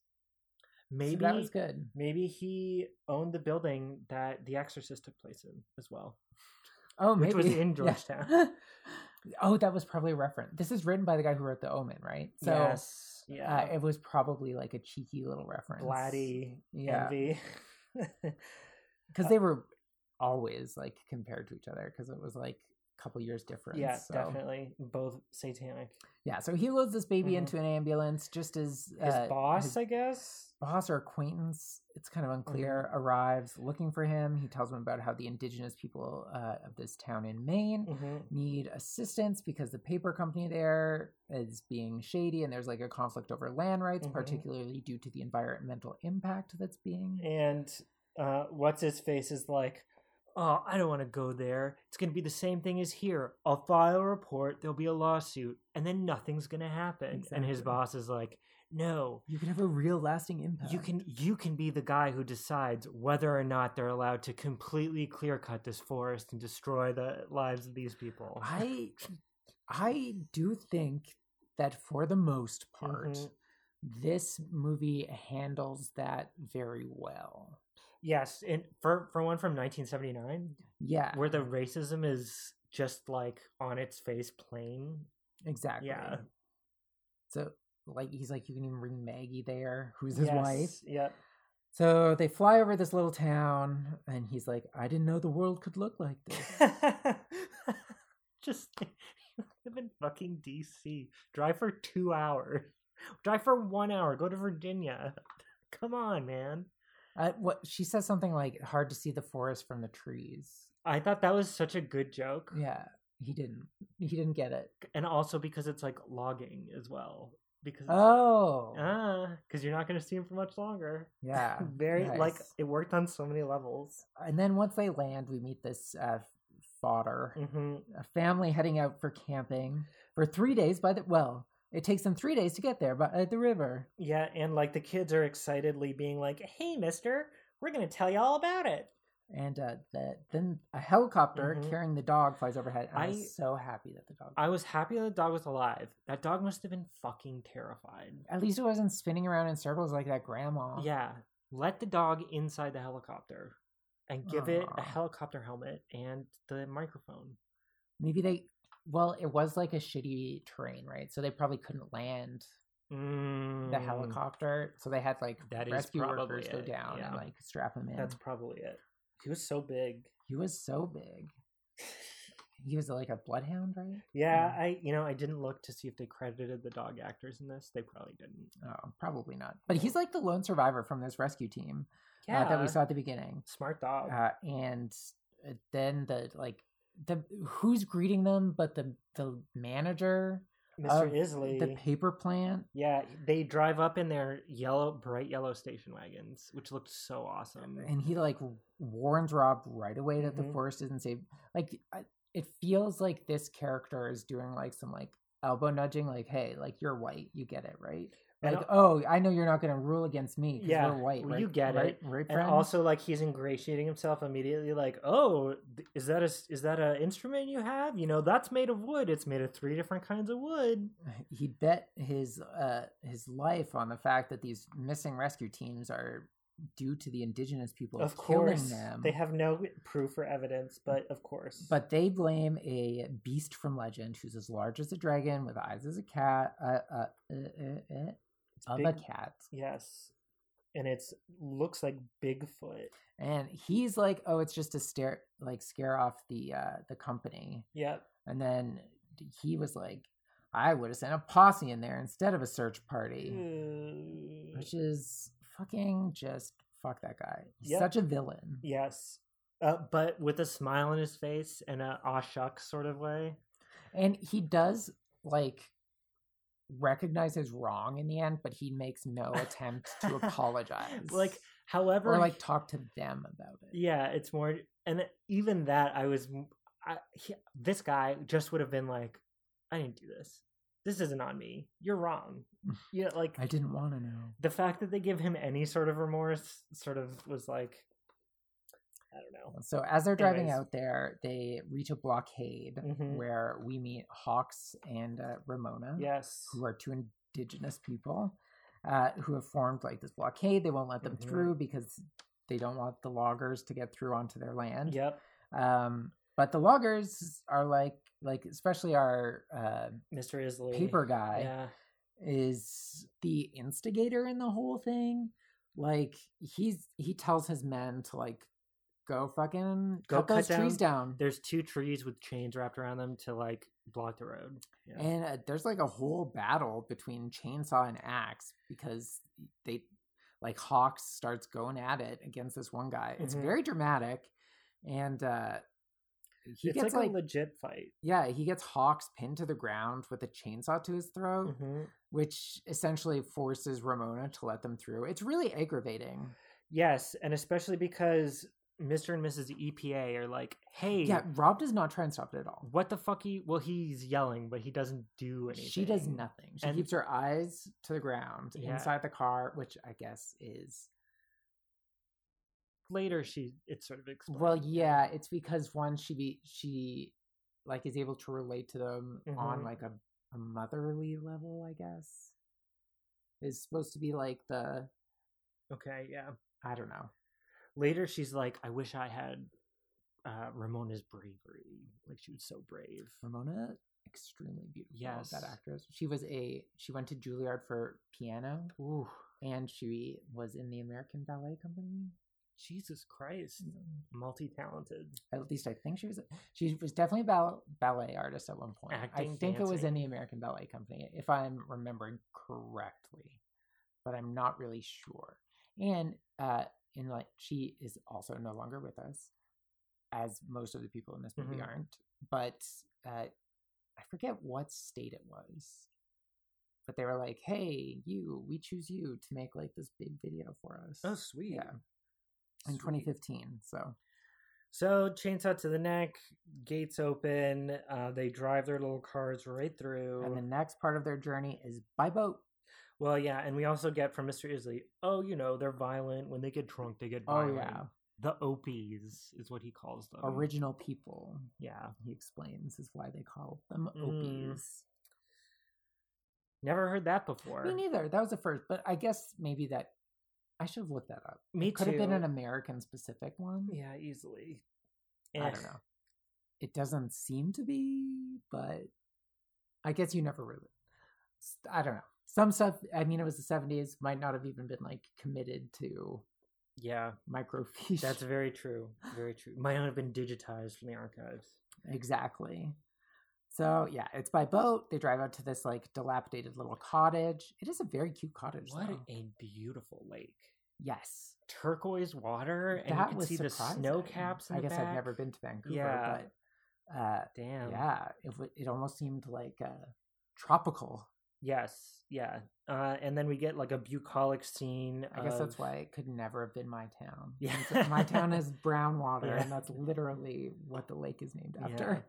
Speaker 3: Maybe
Speaker 2: so that was good.
Speaker 3: Maybe he owned the building that The Exorcist took place in as well.
Speaker 2: Oh,
Speaker 3: which
Speaker 2: maybe
Speaker 3: was in
Speaker 2: Yeah.
Speaker 3: Georgetown.
Speaker 2: oh, that was probably a reference. This is written by the guy who wrote The Omen, right? So
Speaker 3: yes,
Speaker 2: uh,
Speaker 3: yeah,
Speaker 2: it was probably like a cheeky little reference.
Speaker 3: Blatty
Speaker 2: Yeah.
Speaker 3: envy. Uh
Speaker 2: because they were always like compared to each other because it was like a couple years difference.
Speaker 3: yeah,
Speaker 2: so.
Speaker 3: definitely both satanic.
Speaker 2: Yeah, so he loads this baby
Speaker 3: Mhm.
Speaker 2: into an ambulance just as
Speaker 3: His
Speaker 2: uh,
Speaker 3: boss, Mm-hmm.
Speaker 2: his
Speaker 3: I guess.
Speaker 2: boss or acquaintance, it's kind of unclear, arrives looking for him. He tells him about how the indigenous people uh, of this town in Maine.
Speaker 3: hmm
Speaker 2: Need assistance because the paper company there is being shady and there's like a conflict over land rights,
Speaker 3: Mhm.
Speaker 2: particularly due to the environmental impact that's being
Speaker 3: And uh, what's his face is like, oh, I don't want to go there. It's going to be the same thing as here. I'll file a report. There'll be a lawsuit, and then nothing's going to happen. And his
Speaker 2: Exactly.
Speaker 3: boss is like, no,
Speaker 2: you can have a real lasting impact.
Speaker 3: you can you can be the guy who decides whether or not they're allowed to completely clear cut this forest and destroy the lives of these people.
Speaker 2: I I do think that for the most part,
Speaker 3: Mhm.
Speaker 2: this movie handles that very well.
Speaker 3: Yes, and for for one from 1979,
Speaker 2: Yeah,
Speaker 3: where the racism is just like on its face, plain.
Speaker 2: exactly.
Speaker 3: yeah.
Speaker 2: So like he's like you can even bring Maggie there, who's his wife.
Speaker 3: Yes, Yep.
Speaker 2: So they fly over this little town, and he's like, "I didn't know the world could look like this."
Speaker 3: just live in fucking DC. Drive for two hours. Drive for one hour. Go to Virginia. Come on, man.
Speaker 2: uh, what she says something like, "Hard to see the forest from the trees."
Speaker 3: I thought that was such a good joke,
Speaker 2: Yeah, he didn't. He didn't get it.
Speaker 3: and also because it's like logging as well. Because it's like,
Speaker 2: Oh,
Speaker 3: ah, because you're not going to see him for much longer.
Speaker 2: yeah,
Speaker 3: Very like
Speaker 2: Ah, nice.
Speaker 3: it worked on so many levels.
Speaker 2: and then once they land, we meet this uh, fodder,
Speaker 3: hmm
Speaker 2: a family heading out for camping for three days. By the well, it takes them three days to get there, but at the river.
Speaker 3: Yeah, and like the kids are excitedly being like, "Hey, Mister, we're going to tell you all about it."
Speaker 2: And uh, the, then a helicopter
Speaker 3: Mhm.
Speaker 2: carrying the dog flies overhead. And I,
Speaker 3: I-
Speaker 2: was so happy that the dog.
Speaker 3: I was happy that the dog was alive. That dog must have been fucking terrified.
Speaker 2: at least it wasn't spinning around in circles like that grandma.
Speaker 3: Yeah, let the dog inside the helicopter and give it
Speaker 2: Aw.
Speaker 3: a helicopter helmet and the microphone.
Speaker 2: Maybe they Well, it was like a shitty terrain, right? So they probably couldn't land the
Speaker 3: Mm,
Speaker 2: helicopter. So they had like
Speaker 3: That is
Speaker 2: rescue
Speaker 3: probably
Speaker 2: workers go
Speaker 3: it,
Speaker 2: down and
Speaker 3: yeah.
Speaker 2: like strap him in.
Speaker 4: That's probably it. He was so big.
Speaker 2: He was so big. He was like a bloodhound, right?
Speaker 3: Yeah,
Speaker 2: Mm.
Speaker 3: I you know I didn't look to see if they credited the dog actors in this. They probably didn't.
Speaker 2: Oh, probably not. But he's like the lone survivor from this rescue team uh,
Speaker 3: Yeah,
Speaker 2: that we saw at the beginning.
Speaker 3: smart dog.
Speaker 2: Uh, and uh, then the like the who's greeting them but the the manager
Speaker 3: Mr.
Speaker 2: of
Speaker 3: Isley.
Speaker 2: the paper plant
Speaker 3: yeah, they drive up in their yellow, bright yellow station wagons, which looked so awesome.
Speaker 2: and he like warns Rob right away that the
Speaker 3: Mhm.
Speaker 2: forest isn't safe. Like I, it feels like this character is doing like some like elbow nudging, like hey, like you're white, you get it, right?
Speaker 3: And
Speaker 2: Like
Speaker 3: al-
Speaker 2: oh, I know you're not going to rule against me because
Speaker 3: Yeah,
Speaker 2: we're white,
Speaker 3: well,
Speaker 2: right?
Speaker 3: you get
Speaker 2: right,
Speaker 3: it.
Speaker 2: right?
Speaker 3: and
Speaker 2: friend?
Speaker 3: also, like he's ingratiating himself immediately. Like, oh, th- is that a s- is that a instrument you have? You know, that's made of wood. It's made of three different kinds of wood.
Speaker 2: he bet his uh his life on the fact that these missing rescue teams are due to the indigenous people
Speaker 3: of
Speaker 2: killing
Speaker 3: course,
Speaker 2: them.
Speaker 3: they have no proof or evidence, but of course,
Speaker 2: But they blame a beast from legend who's as large as a dragon with eyes as a cat, uh, uh, uh, uh, uh, of a
Speaker 3: big.
Speaker 2: cat.
Speaker 3: yes, and it's looks like Bigfoot.
Speaker 2: And he's like, oh, it's just to stare, like scare off the uh, the company.
Speaker 3: Yep.
Speaker 2: And then he was like, I would have sent a posse in there instead of a search party,
Speaker 3: Hmm. Mm.
Speaker 2: which is fucking just fuck that guy. He's
Speaker 3: Yep.
Speaker 2: such a villain.
Speaker 3: Yes. Uh, but with a smile on his face and a aw shucks sort of way.
Speaker 2: And he does like recognize his wrong in the end, but he makes no attempt to apologize.
Speaker 3: like, however,
Speaker 2: or like talk to them about it.
Speaker 3: yeah, it's more. And even that, I was. m- I, he, this guy just would have been like, I didn't do this. This isn't on me. You're wrong. Yeah, like
Speaker 2: I didn't want to know.
Speaker 3: the fact that they give him any sort of remorse sort of was like, I don't know.
Speaker 2: So as they're driving
Speaker 3: Anyways.
Speaker 2: out there, they reach a blockade
Speaker 3: Mhm.
Speaker 2: where we meet Hawks and uh, Ramona,
Speaker 3: Yes.
Speaker 2: who are two indigenous people uh, who have formed like this blockade. They won't let them
Speaker 3: Mhm.
Speaker 2: through because they don't want the loggers to get through onto their land.
Speaker 3: Yep.
Speaker 2: Um, but the loggers are like, like especially our uh,
Speaker 3: Mr. Isley.
Speaker 2: paper guy.
Speaker 3: Yeah.
Speaker 2: is the instigator in the whole thing. Like he's he tells his men to like go fucking
Speaker 3: Go
Speaker 2: cut, those
Speaker 3: cut
Speaker 2: trees down.
Speaker 3: There's two trees with chains wrapped around them to like block the road. Yeah.
Speaker 2: And uh, there's like a whole battle between chainsaw and axe because they like Hawks starts going at it against this one guy. It's
Speaker 3: Mhm.
Speaker 2: very dramatic and uh he
Speaker 3: it's
Speaker 2: gets
Speaker 3: like,
Speaker 2: like,
Speaker 3: a legit fight.
Speaker 2: yeah, he gets Hawks pinned to the ground with a chainsaw to his throat.
Speaker 3: Mm-hmm.
Speaker 2: which essentially forces Ramona to let them through. It's really aggravating.
Speaker 3: Yes, and especially because Mr. and Mrs. EPA are like, "Hey,
Speaker 2: Yeah, Rob does not try and stop it at all.
Speaker 3: what the fuck? He well, he's yelling, but he doesn't do anything.
Speaker 2: She does nothing. She
Speaker 3: And-
Speaker 2: keeps her eyes to the ground
Speaker 3: Yeah.
Speaker 2: inside the car, which I guess is
Speaker 3: Later, she it's sort of explained.
Speaker 2: well, yeah, it's because one she be she like is able to relate to them on
Speaker 3: Mhm.
Speaker 2: like a, a motherly level, I guess. Is supposed to be like the
Speaker 3: Okay, yeah.
Speaker 2: I don't know.
Speaker 3: Later, she's like, "I wish I had uh, Ramona's bravery. Like she was so brave."
Speaker 2: Ramona extremely beautiful. that
Speaker 3: Yes.
Speaker 2: actress. She was a she went to Juilliard for piano.
Speaker 3: Ooh,
Speaker 2: and she was in the American Ballet Company.
Speaker 3: Jesus Christ!
Speaker 2: Mm.
Speaker 3: Multi-talented.
Speaker 2: At least I think she was. She was definitely a ball- ballet artist at one point. I
Speaker 3: Acting,
Speaker 2: think it was in
Speaker 3: dancing.
Speaker 2: the American Ballet Company, if I'm remembering correctly, but I'm not really sure. And uh, in like she is also no longer with us, as most of the people in this movie
Speaker 3: Mhm.
Speaker 2: aren't. But uh, I forget what state it was. But they were like, "Hey, you, we choose you to make like this big video for us."
Speaker 3: Oh, sweet.
Speaker 2: Yeah. in 2015. So
Speaker 3: So chainsaw to the neck, gates open. Uh, they drive their little cars right through.
Speaker 2: And the next part of their journey is by boat.
Speaker 3: well, yeah, and we also get from Mr. Isley. Oh, you know they're violent. When they get drunk, they get
Speaker 2: Oh
Speaker 3: violent.
Speaker 2: yeah,
Speaker 3: the opies is what he calls them.
Speaker 2: original people.
Speaker 3: Yeah,
Speaker 2: He explains is why they call them
Speaker 3: Mm.
Speaker 2: opies.
Speaker 3: never heard that before.
Speaker 2: Me neither. That was the first, but I guess maybe that I should have looked that up.
Speaker 3: Me
Speaker 2: Could have been
Speaker 3: too.
Speaker 2: an American specific one.
Speaker 3: yeah, easily.
Speaker 2: I
Speaker 3: Eh,
Speaker 2: don't know. it doesn't seem to be, but I guess you never really. s- I don't know. Some stuff. I mean, it was the seventies. Might not have even been like committed to
Speaker 3: Yeah,
Speaker 2: microfiche.
Speaker 3: that's very true. Very true. Might not have been digitized from the archives.
Speaker 2: Exactly. So yeah, it's by boat. They drive out to this like dilapidated little cottage. It is a very cute cottage.
Speaker 3: What
Speaker 2: though.
Speaker 3: a beautiful lake.
Speaker 2: Yes,
Speaker 3: Turquoise water, and you can see the snow caps. In
Speaker 2: I
Speaker 3: the
Speaker 2: guess I've
Speaker 3: back.
Speaker 2: never been to Vancouver,
Speaker 3: Yeah.
Speaker 2: but uh,
Speaker 3: Damn.
Speaker 2: yeah, it wa- it almost seemed like uh, tropical.
Speaker 3: Yes. Yeah. Uh, and then we get like a bucolic scene.
Speaker 2: I guess that's
Speaker 3: of-
Speaker 2: why it could never have been my town.
Speaker 3: Yeah.
Speaker 2: It's- my town has brown water,
Speaker 3: Yeah.
Speaker 2: and that's literally what the lake is named
Speaker 3: Yeah.
Speaker 2: after.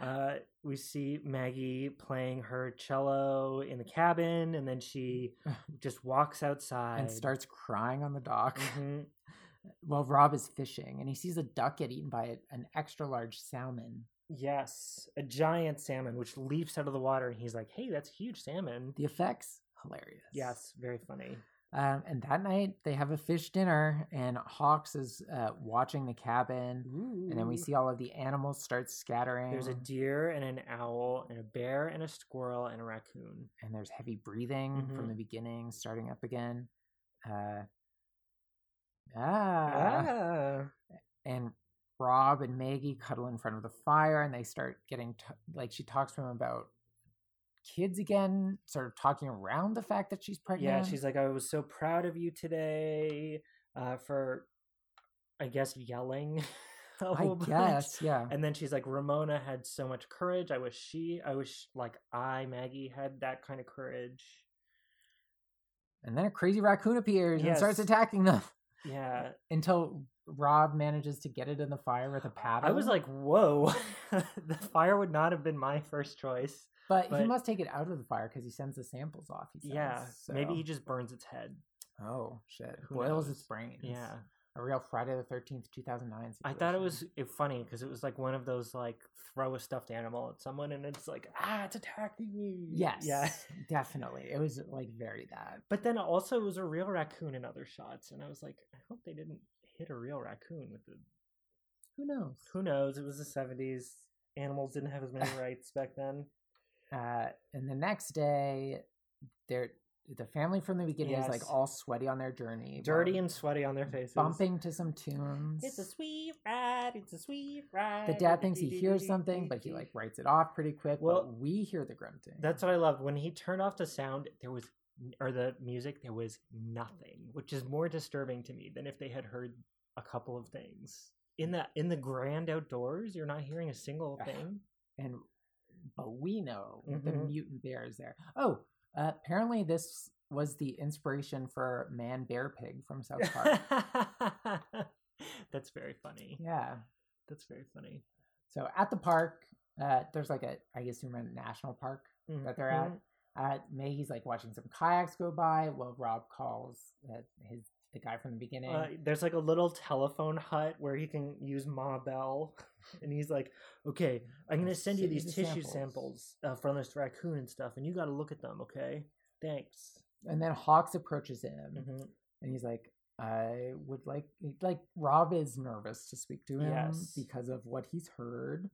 Speaker 3: Uh, we see Maggie playing her cello in the cabin, and then she just walks outside
Speaker 2: Mm. And starts crying on the dock.
Speaker 3: Mhm.
Speaker 2: Well, Rob is fishing and he sees a duck get eaten by an extra large salmon.
Speaker 3: Yes, a giant salmon which leaps out of the water, and he's like, "Hey, that's a huge salmon."
Speaker 2: The effects, hilarious.
Speaker 3: Yes, very funny.
Speaker 2: Um, and that night they have a fish dinner and Hawks is uh, watching the cabin. And then we see all of the animals start scattering.
Speaker 3: there's a deer and an owl and a bear and a squirrel and a raccoon.
Speaker 2: and there's heavy breathing
Speaker 3: Mhm.
Speaker 2: from the beginning, starting up again. Uh, ah.
Speaker 3: Ah.
Speaker 2: and Rob and Maggie cuddle in front of the fire and they start getting t- like she talks to him about kids again, sort of talking around the fact that she's pregnant.
Speaker 3: Yeah, she's like, I was so proud of you today uh, for, I guess, yelling. a
Speaker 2: I
Speaker 3: whole bunch."
Speaker 2: guess, yeah.
Speaker 3: And then she's like, Ramona had so much courage. I wish she, I wish like I, Maggie, had that kind of courage.
Speaker 2: And then a crazy raccoon appears and starts
Speaker 3: Yes.
Speaker 2: attacking them
Speaker 3: Yeah.
Speaker 2: until Rob manages to get it in the fire with a paddle.
Speaker 3: I was like, whoa, the fire would not have been my first choice.
Speaker 2: but, he
Speaker 3: but-
Speaker 2: must take it out of the fire because he sends the samples off. He says.
Speaker 3: yeah. Maybe he
Speaker 2: so-
Speaker 3: just burns its head.
Speaker 2: oh shit,
Speaker 3: who
Speaker 2: boils
Speaker 3: knows?
Speaker 2: its brains.
Speaker 3: Yeah.
Speaker 2: a real Friday the Thirteenth, two thousand nine.
Speaker 3: I thought it was it, funny because it was like one of those like throw a stuffed animal at someone and it's like, ah, it's attacking me.
Speaker 2: Yes,
Speaker 3: Yeah.
Speaker 2: definitely. It was like very that.
Speaker 3: But then also it was a real raccoon in other shots, and I was like, I hope they didn't hit a real raccoon with the.
Speaker 2: Who knows?
Speaker 3: Who knows? It was the seventies. Animals didn't have as many rights back then.
Speaker 2: Uh, and the next day, they're the family from the beginning is
Speaker 3: Yes.
Speaker 2: like all sweaty on their journey, while
Speaker 3: Dirty and sweaty on their faces.
Speaker 2: bumping to some tunes.
Speaker 4: It's a sweet ride. It's a sweet ride.
Speaker 2: the dad thinks he hears something, but he like writes it off pretty quick.
Speaker 3: Well,
Speaker 2: but we hear the grunting.
Speaker 3: That's what I loved when he turned off the sound. There was or the music. There was nothing, which is more disturbing to me than if they had heard a couple of things. In the in the grand outdoors, you're not hearing a single
Speaker 2: Ah.
Speaker 3: thing.
Speaker 2: and but we know the
Speaker 3: Mhm.
Speaker 2: mutant bear is there. Oh, uh, apparently this was the inspiration for Man Bear Pig from South Park.
Speaker 3: That's very funny.
Speaker 2: yeah.
Speaker 3: That's very funny.
Speaker 2: So at the park, uh, there's like a I assume a national park that they're at.
Speaker 3: Mhm.
Speaker 2: Uh, Maggie's like watching some kayaks go by while Rob calls uh, his the guy from the beginning.
Speaker 3: Uh, there's like a little telephone hut where you can use Ma Bell, and he's like, "Okay, I'm gonna send you
Speaker 2: Send you
Speaker 3: these
Speaker 2: the
Speaker 3: tissue
Speaker 2: samples."
Speaker 3: samples, uh, from this raccoon and stuff, and you got to look at them, okay? Thanks."
Speaker 2: and then Hawks approaches him
Speaker 3: Mhm.
Speaker 2: and he's like, "I would like like Rob is nervous to speak to him
Speaker 3: Yes.
Speaker 2: because of what he's heard."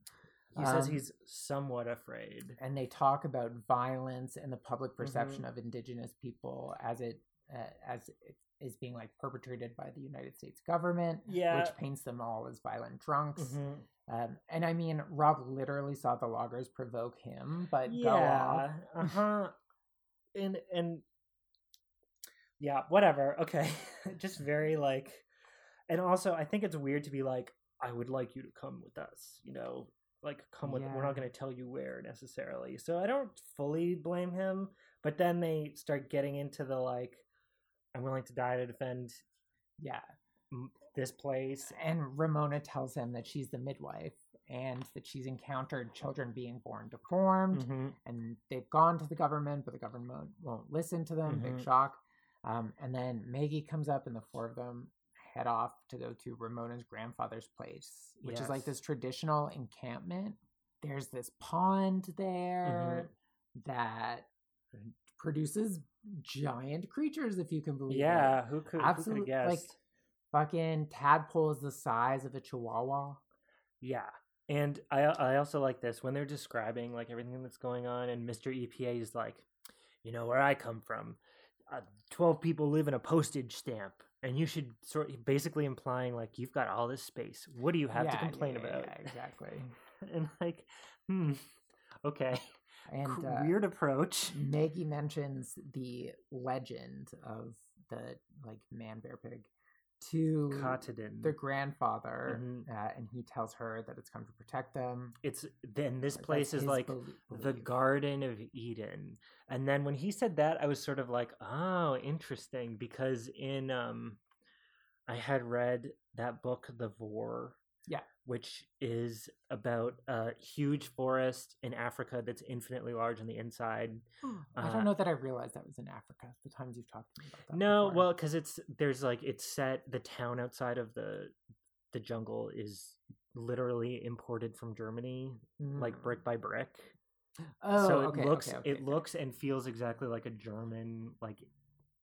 Speaker 3: He says
Speaker 2: Um,
Speaker 3: he's somewhat afraid.
Speaker 2: and they talk about violence and the public perception
Speaker 3: Mm-hmm.
Speaker 2: of indigenous people as it uh, as it is being like perpetrated by the United States government,
Speaker 3: Yeah.
Speaker 2: which paints them all as violent drunks.
Speaker 3: Mhm.
Speaker 2: Um, and I mean, Rob literally saw the loggers provoke him, but go off.
Speaker 3: Yeah. Uh huh. And and yeah, whatever. Okay, just very like, and also I think it's weird to be like, I would like you to come with us. You know, like come with. We're
Speaker 2: Yeah.
Speaker 3: not going to tell you where necessarily. So I don't fully blame him. But then they start getting into the like, I'm willing to die to defend
Speaker 2: Yeah.
Speaker 3: this place.
Speaker 2: And Ramona tells him that she's the midwife and that she's encountered children being born deformed
Speaker 3: Mhm.
Speaker 2: and they've gone to the government, but the government won't listen to them.
Speaker 3: Mhm.
Speaker 2: Big shock. Um, and then Maggie comes up, and the four of them head off to go to Ramona's grandfather's place, which is like
Speaker 3: Yes.
Speaker 2: this traditional encampment. There's this pond there
Speaker 3: Mm-hmm.
Speaker 2: that produces giant creatures, if you can believe it.
Speaker 3: Yeah. Who could? Who
Speaker 2: Absolute-
Speaker 3: could have
Speaker 2: like-
Speaker 3: guessed?
Speaker 2: Fucking tadpole is the size of a chihuahua.
Speaker 3: yeah. And I I also like this when they're describing like everything that's going on, and Mr. EPA is like, you know where I come from, uh, twelve people live in a postage stamp, and you should sort basically implying like you've got all this space. What do you have to
Speaker 2: Yeah, yeah,
Speaker 3: complain
Speaker 2: yeah,
Speaker 3: about?
Speaker 2: yeah, exactly.
Speaker 3: and like, hmm, okay,
Speaker 2: And
Speaker 3: Cool-
Speaker 2: uh,
Speaker 3: weird approach.
Speaker 2: Maggie mentions the legend of the like man bear pig to
Speaker 3: Cottedin.
Speaker 2: their grandfather,
Speaker 3: Mhm.
Speaker 2: uh, and he tells her that it's come to protect them.
Speaker 3: It's then this
Speaker 2: That's
Speaker 3: place is
Speaker 2: his
Speaker 3: like
Speaker 2: belie-
Speaker 3: the
Speaker 2: belief.
Speaker 3: Garden of Eden. And then when he said that, I was sort of like, oh, interesting, because in um, I had read that book, The Vor.
Speaker 2: Yeah.
Speaker 3: Which is about a huge forest in Africa that's infinitely large on the inside.
Speaker 2: I
Speaker 3: uh,
Speaker 2: don't know that I realized that was in Africa. The times you've talked to me about that.
Speaker 3: no,
Speaker 2: before.
Speaker 3: well, because it's there's like it's set the town outside of the the jungle is literally imported from Germany, like
Speaker 2: Mm.
Speaker 3: brick by brick.
Speaker 2: Oh,
Speaker 3: so it
Speaker 2: okay,
Speaker 3: looks
Speaker 2: okay, okay,
Speaker 3: it
Speaker 2: okay.
Speaker 3: looks and feels exactly like a German like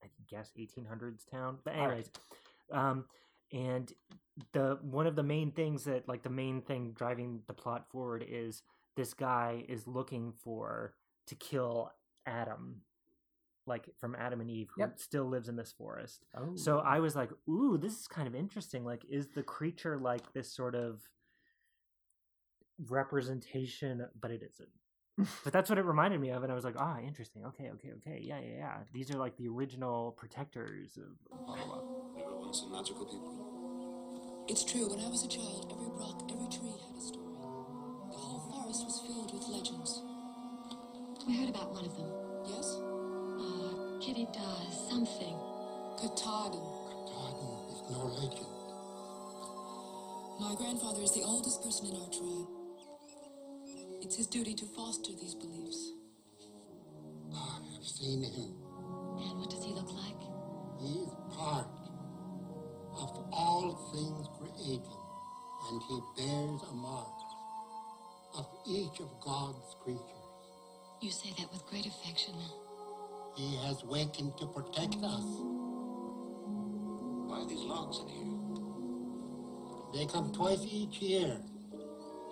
Speaker 3: I guess 1800s town. But
Speaker 2: All right.
Speaker 3: anyways, um and the one of the main things that like the main thing driving the plot forward is this guy is looking for to kill Adam like from Adam and Eve who
Speaker 2: Yep.
Speaker 3: still lives in this forest.
Speaker 2: Oh.
Speaker 3: So I was like, ooh, this is kind of interesting. Like, is the creature like this sort of representation? But it isn't. but that's what it reminded me of, and I was like, ah, interesting. Okay, okay, okay. Yeah, yeah, yeah. These are like the original protecters of blah, blah, blah.
Speaker 5: It's true, when I was a child, every rock, every tree had a story. The whole forest was filled with legends.
Speaker 6: We heard about one of them.
Speaker 5: Yes?
Speaker 6: Uh, Kitty does something.
Speaker 5: Katahdin.
Speaker 7: Garden is no legend.
Speaker 5: My grandfather is the oldest person in our tribe. It's his duty to foster these beliefs.
Speaker 7: I have seen him.
Speaker 6: And what does he look like?
Speaker 7: He is part of all things created, and he bears a mark of each of God's creatures.
Speaker 6: You say that with great affection.
Speaker 7: He has wakened to protect us.
Speaker 1: Why are these logs in here?
Speaker 7: They come twice each year,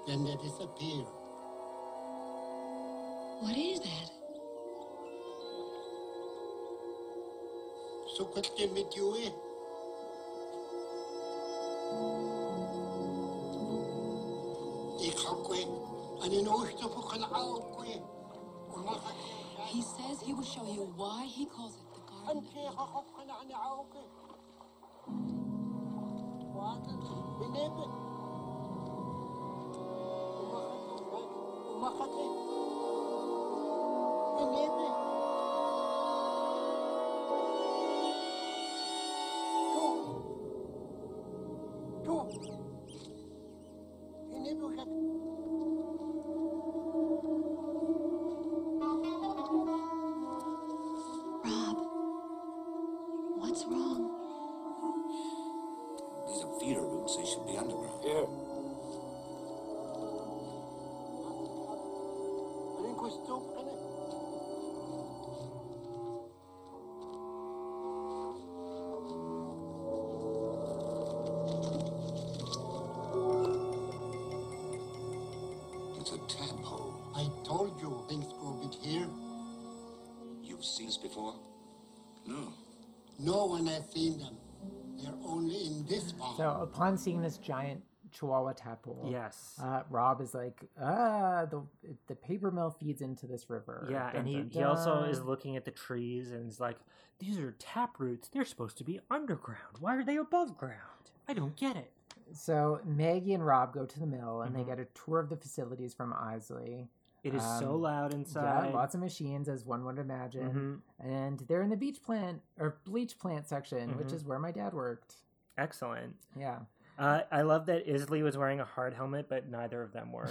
Speaker 7: then they disappear.
Speaker 6: What is that?
Speaker 7: So quickly, Mitue. Ikakwe, aninoshtapukalakwe, umakakwe.
Speaker 5: He says he will show you why he calls it the Garden of Eden.
Speaker 7: What?
Speaker 6: Rob, what's wrong?
Speaker 1: These are feeder roots. They should be underground. It's a tadpole.
Speaker 7: I told you things grow big here.
Speaker 1: You've seen this before? No.
Speaker 7: No one has seen them. They're only in this part.
Speaker 2: So upon seeing this giant Chihuahua tadpole,
Speaker 3: Yes.
Speaker 2: uh, Rob is like, ah, the the paper mill feeds into this river.
Speaker 3: yeah,
Speaker 2: Uh, Dun,
Speaker 3: and he,
Speaker 2: dun,
Speaker 3: he also is
Speaker 2: dun.
Speaker 3: looking at the trees and is like, these are tap roots. They're supposed to be underground. Why are they above ground? I don't get it.
Speaker 2: So Maggie and Rob go to the mill, and
Speaker 3: Mhm.
Speaker 2: they get a tour of the facilities from Isley.
Speaker 3: It is so
Speaker 2: Um,
Speaker 3: loud inside.
Speaker 2: Yeah, lots of machines, as one would imagine.
Speaker 3: Mhm.
Speaker 2: And they're in the beach plant or bleach plant section, which
Speaker 3: Mhm.
Speaker 2: is where my dad worked.
Speaker 3: Excellent.
Speaker 2: Yeah.
Speaker 3: Uh, I love that Isley was wearing a hard helmet, but neither of them were,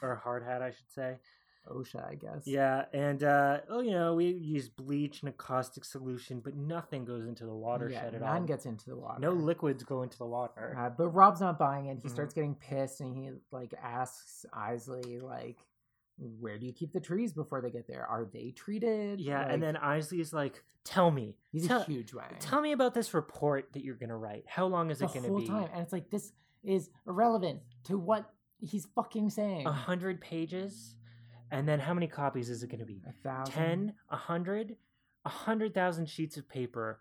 Speaker 3: or a hard hat, I should say.
Speaker 2: OSHA, I guess.
Speaker 3: Yeah, and uh, oh, you know, we use bleach and a caustic solution, but nothing goes into the
Speaker 2: Yeah,
Speaker 3: watershed at
Speaker 2: none
Speaker 3: all.
Speaker 2: gets into the water.
Speaker 3: no liquids go into the water.
Speaker 2: Uh, but Rob's not buying it. He
Speaker 3: Mhm.
Speaker 2: starts getting pissed, and he like asks Isley, like, "Where do you keep the trees before they get there? Are they treated?"
Speaker 3: yeah,
Speaker 2: Like,
Speaker 3: and then Isley's like, "Tell me,
Speaker 2: he's
Speaker 3: tell,
Speaker 2: a huge wang.
Speaker 3: tell me about this report that you're gonna write. How long is
Speaker 2: the
Speaker 3: it gonna
Speaker 2: whole
Speaker 3: be?"
Speaker 2: time, and it's like this is irrelevant to what he's fucking saying?
Speaker 3: a hundred pages, and then how many copies is it going to be?
Speaker 2: a thousand.
Speaker 3: Ten, a hundred, a hundred thousand sheets of paper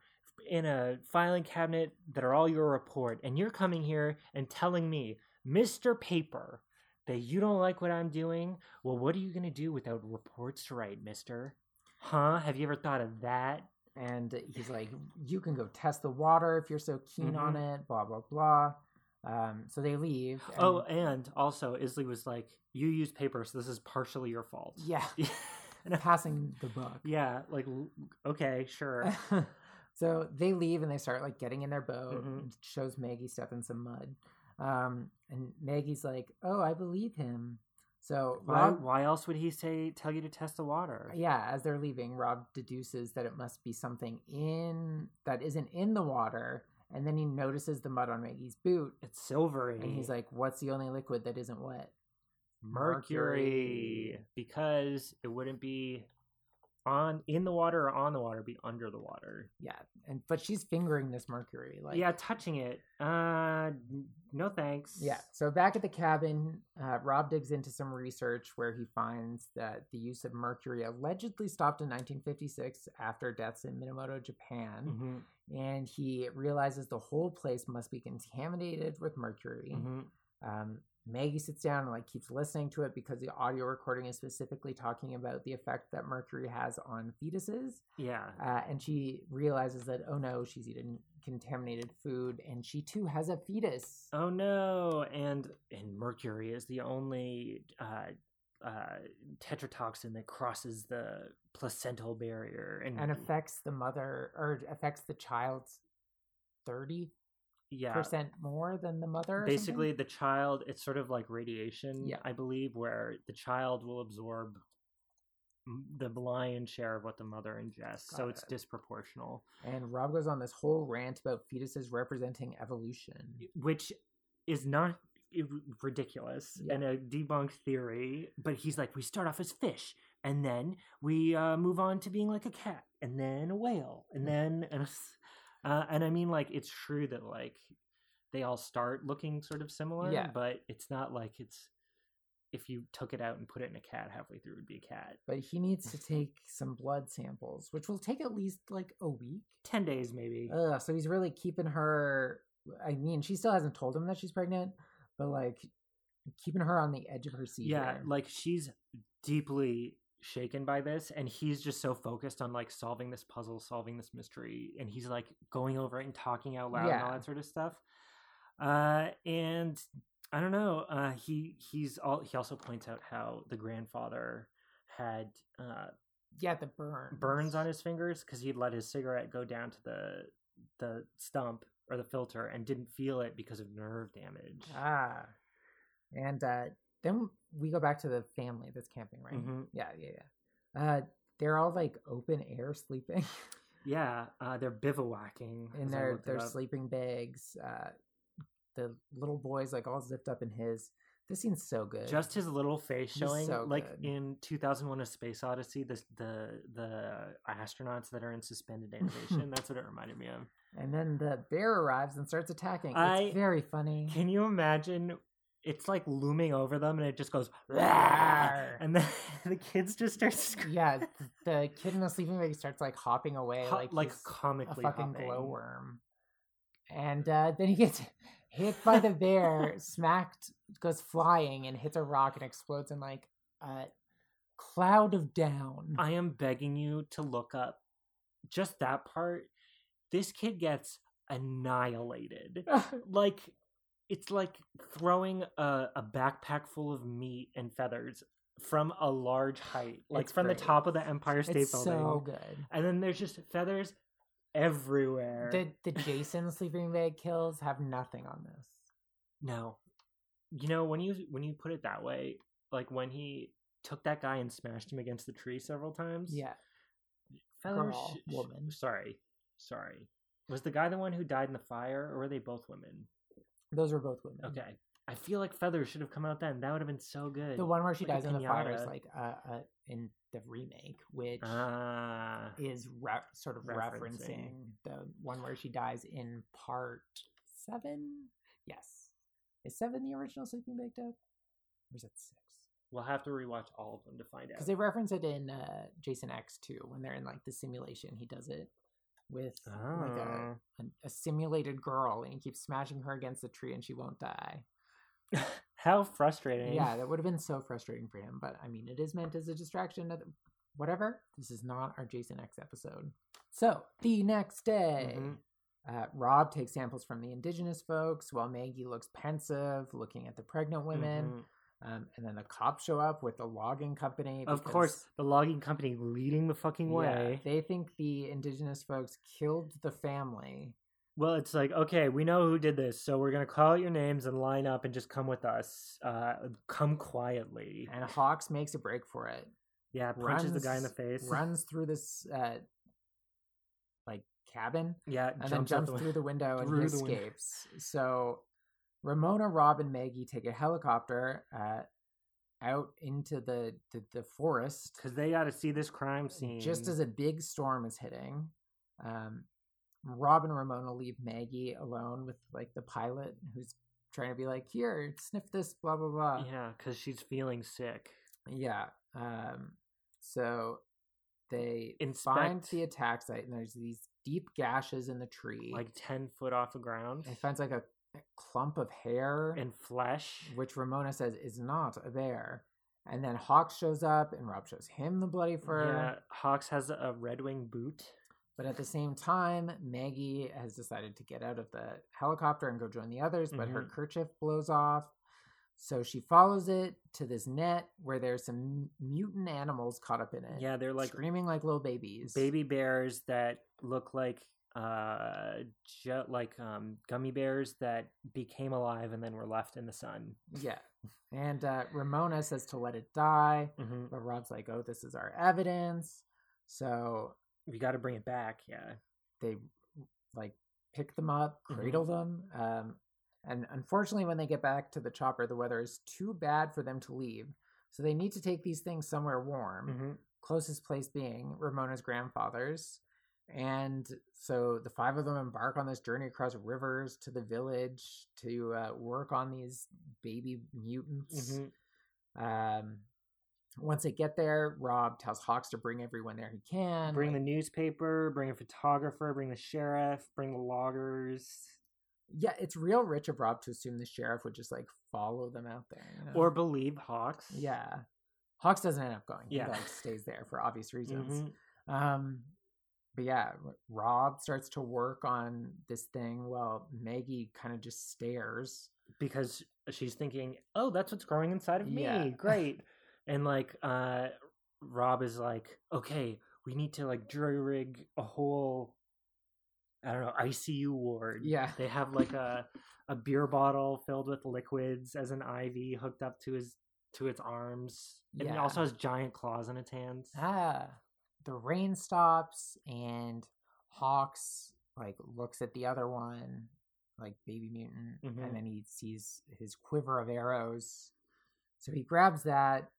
Speaker 3: in a filing cabinet that are all your report, and you're coming here and telling me, Mister Paper, that you don't like what I'm doing. Well, what are you going to do without reports to write, Mister? Huh? Have you ever thought of that?
Speaker 2: and he's like, "You can go test the water if you're so keen on
Speaker 3: Mm-hmm.
Speaker 2: it." Blah blah blah. Um, so they leave. and-
Speaker 3: Oh, and also Isley was like, "You use paper, so this is partially your fault."
Speaker 2: yeah,
Speaker 3: And I-
Speaker 2: passing the buck.
Speaker 3: yeah, like l- okay, sure.
Speaker 2: so they leave and they start like getting in their boat.
Speaker 3: Mhm.
Speaker 2: and shows Maggie step in some mud, um, and Maggie's like, "Oh, I believe him." So
Speaker 3: Why,
Speaker 2: Rob,
Speaker 3: why else would he say tell you to test the water?
Speaker 2: Uh, yeah, as they're leaving, Rob deduces that it must be something in that isn't in the water, and then he notices the mud on Maggie's boot,
Speaker 3: It's silvery.
Speaker 2: and he's like, "What's the only liquid that isn't wet?"
Speaker 3: mercury because it wouldn't be on in the water or on the water, it'd be under the water.
Speaker 2: Yeah, and but she's fingering this mercury, like
Speaker 3: yeah, touching it. Uh, n- no thanks.
Speaker 2: yeah. So back at the cabin, uh, Rob digs into some research where he finds that the use of mercury allegedly stopped in 1956 after deaths in Minamoto, Japan,
Speaker 3: Mhm,
Speaker 2: and he realizes the whole place must be contaminated with mercury.
Speaker 3: mhm.
Speaker 2: Um, Maggie sits down and like keeps listening to it because the audio recording is specifically talking about the effect that mercury has on fetuses.
Speaker 3: Yeah.
Speaker 2: uh, and she realizes that oh no she's eaten contaminated food and she too has a fetus
Speaker 3: Oh no! And and mercury is the only uh, uh, tetratoxin that crosses the placental barrier and,
Speaker 2: and affects the mother or affects the child's 30%
Speaker 3: yeah.
Speaker 2: more than the mother or something?
Speaker 3: Basically, the child it's sort of like radiation,
Speaker 2: Yeah.
Speaker 3: I believe, where the child will absorb m- the lion's share of what the mother ingests, so
Speaker 2: Got
Speaker 3: it's
Speaker 2: it.
Speaker 3: disproportional.
Speaker 2: and rob goes on this whole rant about fetuses representing evolution
Speaker 3: which is not i- r- ridiculous
Speaker 2: Yeah.
Speaker 3: and a debunked theory. But he's like, we start off as fish, and then we uh, move on to being like a cat, and then a whale,
Speaker 2: Mm.
Speaker 3: and then and, it's- uh, and I mean, like it's true that like they all start looking sort of similar,
Speaker 2: Yeah.
Speaker 3: but it's not like it's if you took it out and put it in a cat halfway through, it would be a cat.
Speaker 2: but he needs to take some blood samples which will take at least like a week
Speaker 3: Ten days, maybe.
Speaker 2: Ugh, so he's really keeping her. I mean, she still hasn't told him that she's pregnant, but like keeping her on the edge of her seat.
Speaker 3: yeah
Speaker 2: here.
Speaker 3: like she's deeply shaken by this and he's just so focused on like solving this puzzle solving this mystery and he's like going over it and talking out loud and all
Speaker 2: Yeah.
Speaker 3: that sort of stuff uh and i don't know uh he he's all he also points out how the grandfather had uh
Speaker 2: yeah, the burn
Speaker 3: burns on his fingers because he'd let his cigarette go down to the the stump or the filter and didn't feel it because of nerve damage
Speaker 2: Ah, and uh, then we go back to the family that's camping, right?
Speaker 3: Mhm.
Speaker 2: Yeah, yeah, yeah. Uh, they're all like open air sleeping
Speaker 3: yeah uh they're bivouacking
Speaker 2: in
Speaker 3: as I
Speaker 2: their
Speaker 3: looked it
Speaker 2: their
Speaker 3: up.
Speaker 2: sleeping bags. Uh, the little boy's like all zipped up in his. This scene's so good.
Speaker 3: just his little face
Speaker 2: He's
Speaker 3: showing
Speaker 2: so
Speaker 3: like
Speaker 2: good.
Speaker 3: in 2001 a space odyssey the the the astronauts that are in suspended animation that's what it reminded me of
Speaker 2: and then the bear arrives and starts attacking.
Speaker 3: I-
Speaker 2: it's very funny.
Speaker 3: can you imagine it's like looming over them and it just goes "Rah!"
Speaker 2: Rawr.
Speaker 3: and then the kids just start screaming
Speaker 2: yeah, th- the kid in the sleeping bag starts like hopping away
Speaker 3: like,
Speaker 2: like
Speaker 3: like
Speaker 2: he's a
Speaker 3: comically
Speaker 2: fucking
Speaker 3: hopping.
Speaker 2: glowworm. And uh, then he gets hit by the bear, smacked, goes flying, and hits a rock and explodes in like a cloud of down.
Speaker 3: i am begging you to look up just that part this kid gets annihilated like it's like throwing a, a backpack full of meat and feathers from a large height like
Speaker 2: It's
Speaker 3: from
Speaker 2: great.
Speaker 3: the top of the empire state
Speaker 2: it's
Speaker 3: building
Speaker 2: so good.
Speaker 3: and then there's just feathers everywhere
Speaker 2: The the Jason sleeping bag kills have nothing on this.
Speaker 3: no you know when you when you put it that way like when he took that guy and smashed him against the tree several times
Speaker 2: Yeah,
Speaker 3: feathers
Speaker 2: girl,
Speaker 3: sh- sh-
Speaker 2: woman.
Speaker 3: sorry sorry was the guy the one who died in the fire or were they both women
Speaker 2: those were both women.
Speaker 3: okay i feel like feathers should have come out then that would have been so good
Speaker 2: The one where she
Speaker 3: Like a
Speaker 2: dies in the fire is
Speaker 3: piñata.
Speaker 2: like uh, uh, in the remake, which
Speaker 3: Ah,
Speaker 2: is re- sort of referencing.
Speaker 3: Referencing.
Speaker 2: the one where she dies in part seven. Yes, is seven the original Sleeping Bag Death?
Speaker 3: Or is that six? We'll have to rewatch all of them to find out.
Speaker 2: because they reference it in uh, Jason X too when they're in like the simulation. He does it with like a,
Speaker 3: Oh.
Speaker 2: an- a simulated girl, and he keeps smashing her against the tree, and she won't die.
Speaker 3: Ah. How frustrating.
Speaker 2: Yeah, that would have been so frustrating for him. But I mean, it is meant as a distraction. of- Whatever. This is not our Jason X episode. So the next day.
Speaker 3: Mhm.
Speaker 2: Uh, Rob takes samples from the indigenous folks while Maggie looks pensive, looking at the pregnant women.
Speaker 3: Mhm.
Speaker 2: Um, and then the cops show up with the logging company.
Speaker 3: Of
Speaker 2: because-
Speaker 3: course, the logging company leading the fucking way.
Speaker 2: they think the indigenous folks killed the family.
Speaker 3: Well, it's like, okay, we know who did this, so we're gonna call out your names and line up and just come with us. Uh, come quietly.
Speaker 2: And Hawks makes a break for it,
Speaker 3: Yeah, punches the guy in the face.
Speaker 2: runs through this uh, like cabin,
Speaker 3: Yeah,
Speaker 2: and then
Speaker 3: out
Speaker 2: jumps through the window and he
Speaker 3: Through the window.
Speaker 2: escapes. So Ramona, Rob, and Maggie take a helicopter uh, out into the the, the forest
Speaker 3: because they got to see this crime scene.
Speaker 2: just as a big storm is hitting. Um, Rob and Ramona leave Maggie alone with like the pilot who's trying to be like, "Here, sniff this," blah blah blah.
Speaker 3: yeah, because she's feeling sick.
Speaker 2: Yeah. Um, so they find
Speaker 3: Inspect-
Speaker 2: the attack site, and there's these deep gashes in the tree.
Speaker 3: like 10 foot off the ground
Speaker 2: and finds like a, a clump of hair,
Speaker 3: and flesh.
Speaker 2: which Ramona says is not a bear. And then Hawk shows up, and Rob shows him the bloody fur.
Speaker 3: Yeah, Hawks has a Red Wing boot.
Speaker 2: But at the same time, Maggie has decided to get out of the helicopter and go join the others, but
Speaker 3: Mm-hmm.
Speaker 2: her kerchief blows off. So she follows it to this net where there's some mutant animals caught up in it.
Speaker 3: Yeah, they're like
Speaker 2: screaming like little babies.
Speaker 3: baby bears that look like uh ju- like um gummy bears that became alive and then were left in the sun.
Speaker 2: Yeah. And uh, Ramona says to let it die,
Speaker 3: hmm
Speaker 2: but Rob's like, "Oh, this is our evidence." So
Speaker 3: We got to bring it back. Yeah.
Speaker 2: they like pick them up,
Speaker 3: Mhm.
Speaker 2: cradle them. Um, and unfortunately, when they get back to the chopper, the weather is too bad for them to leave. So they need to take these things somewhere warm,
Speaker 3: hmm
Speaker 2: closest place being Ramona's grandfather's. And so the five of them embark on this journey across rivers to the village to uh, work on these baby mutants.
Speaker 3: hmm
Speaker 2: Um, once they get there, Rob tells Hawks to bring everyone there he can.
Speaker 3: Bring the
Speaker 2: like-
Speaker 3: newspaper. Bring a photographer. Bring the sheriff. Bring the loggers.
Speaker 2: yeah, it's real rich of Rob to assume the sheriff would just like follow them out there. you know?
Speaker 3: Or believe Hawks.
Speaker 2: yeah, Hawks doesn't end up going.
Speaker 3: Yeah.
Speaker 2: he like stays there for obvious reasons.
Speaker 3: Mhm.
Speaker 2: Um, but yeah, R- Rob starts to work on this thing while Maggie kind of just stares.
Speaker 3: Because she's thinking, oh, that's what's growing inside of me.
Speaker 2: Yeah.
Speaker 3: Great. and like, uh, Rob is like, okay, we need to like jury rig a whole, I don't know, ICU ward.
Speaker 2: Yeah.
Speaker 3: They have like a, a beer bottle filled with liquids as an IV hooked up to his to its arms. And he
Speaker 2: Yeah.
Speaker 3: also has giant claws on its hands.
Speaker 2: Ah, the rain stops and Hawks like looks at the other one, like baby mutant,
Speaker 3: Mhm.
Speaker 2: and then he sees his quiver of arrows. So he grabs that.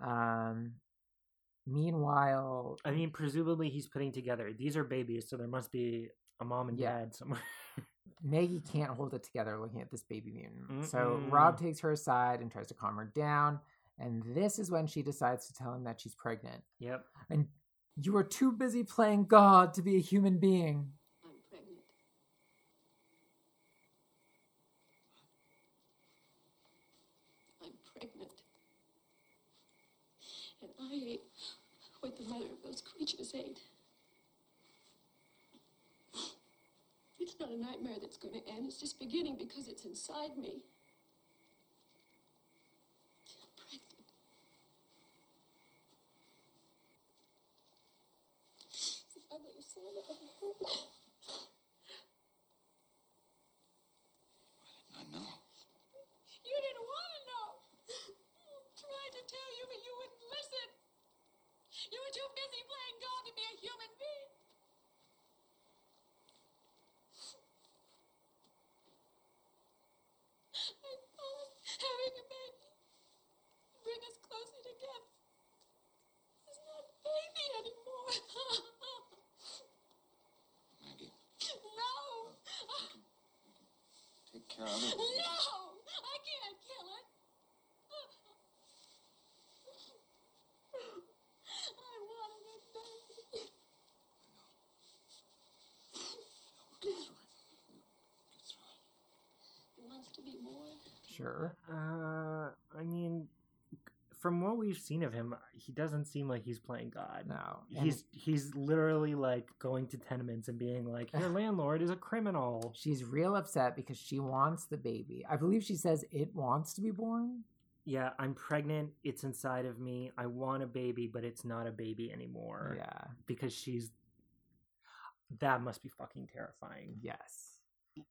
Speaker 2: Um meanwhile
Speaker 3: I mean, presumably he's putting together. These are babies, so there must be a mom and
Speaker 2: Yeah.
Speaker 3: dad somewhere.
Speaker 2: Maggie can't hold it together looking at this baby mutant. So Rob
Speaker 3: Mm-mm.
Speaker 2: takes her aside and tries to calm her down. And this is when she decides to tell him that she's pregnant.
Speaker 3: yep.
Speaker 2: And you are too busy playing God to be a human being.
Speaker 6: I'm pregnant.
Speaker 5: I'm pregnant. And I ate what the mother of those creatures ate. It's not a nightmare that's going to end. It's just beginning because it's inside me. I'm pregnant. It's the ugliest sound I've ever heard.
Speaker 1: I know.
Speaker 5: You didn't want to know. Tried to tell you, but you wouldn't listen. You were too busy playing God to be a human being. I thought having a baby would bring us closer together. It's not a baby anymore.
Speaker 1: Maggie,
Speaker 5: no.
Speaker 1: take care of it.
Speaker 5: No! I can't kill it.
Speaker 6: to be more?
Speaker 2: Sure.
Speaker 3: Uh, I mean, from what we've seen of him, he doesn't seem like he's playing God.
Speaker 2: No. and
Speaker 3: He's he's literally like going to tenements and being like, "Your landlord is a criminal."
Speaker 2: she's real upset because she wants the baby. I believe she says it wants to be born.
Speaker 3: Yeah, I'm pregnant. It's inside of me. I want a baby, but it's not a baby anymore
Speaker 2: Yeah.
Speaker 3: because she's. That must be fucking terrifying.
Speaker 2: Yes.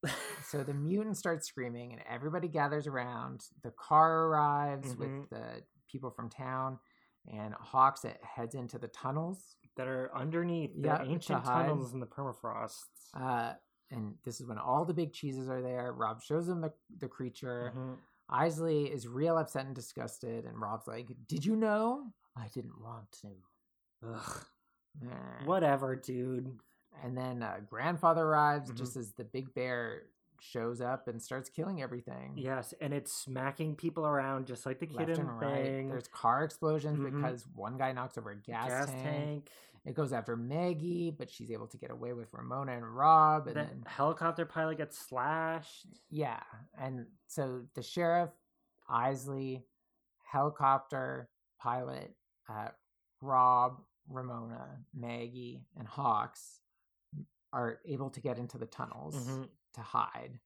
Speaker 2: So the mutant starts screaming, and everybody gathers around. The car arrives with
Speaker 3: Mhm.
Speaker 2: the people from town, and Hawks it heads into the tunnels.
Speaker 3: that are underneath
Speaker 2: Yeah,
Speaker 3: the
Speaker 2: to
Speaker 3: ancient
Speaker 2: hide.
Speaker 3: tunnels and the permafrosts.
Speaker 2: Uh, and this is when all the big cheeses are there. Rob shows them the, the creature.
Speaker 3: Mhm.
Speaker 2: Isley is real upset and disgusted, and Rob's like, "Did you know? I didn't want to."
Speaker 3: Ugh.
Speaker 2: Eh.
Speaker 3: Whatever, dude.
Speaker 2: And then uh, grandfather arrives
Speaker 3: Mhm.
Speaker 2: just as the big bear shows up and starts killing everything.
Speaker 3: Yes, and it's smacking people around just like the kid
Speaker 2: left
Speaker 3: in
Speaker 2: and right.
Speaker 3: Bang.
Speaker 2: There's car explosions
Speaker 3: Mhm.
Speaker 2: because one guy knocks over a gas, tank. It goes after Maggie, but she's able to get away with Ramona and Rob. And
Speaker 3: The
Speaker 2: then,
Speaker 3: helicopter pilot gets slashed.
Speaker 2: yeah. And so the sheriff, Isley, helicopter pilot, uh, Rob, Ramona, Maggie, and Hawks are able to get into the tunnels.
Speaker 3: Mhm.
Speaker 2: to hide.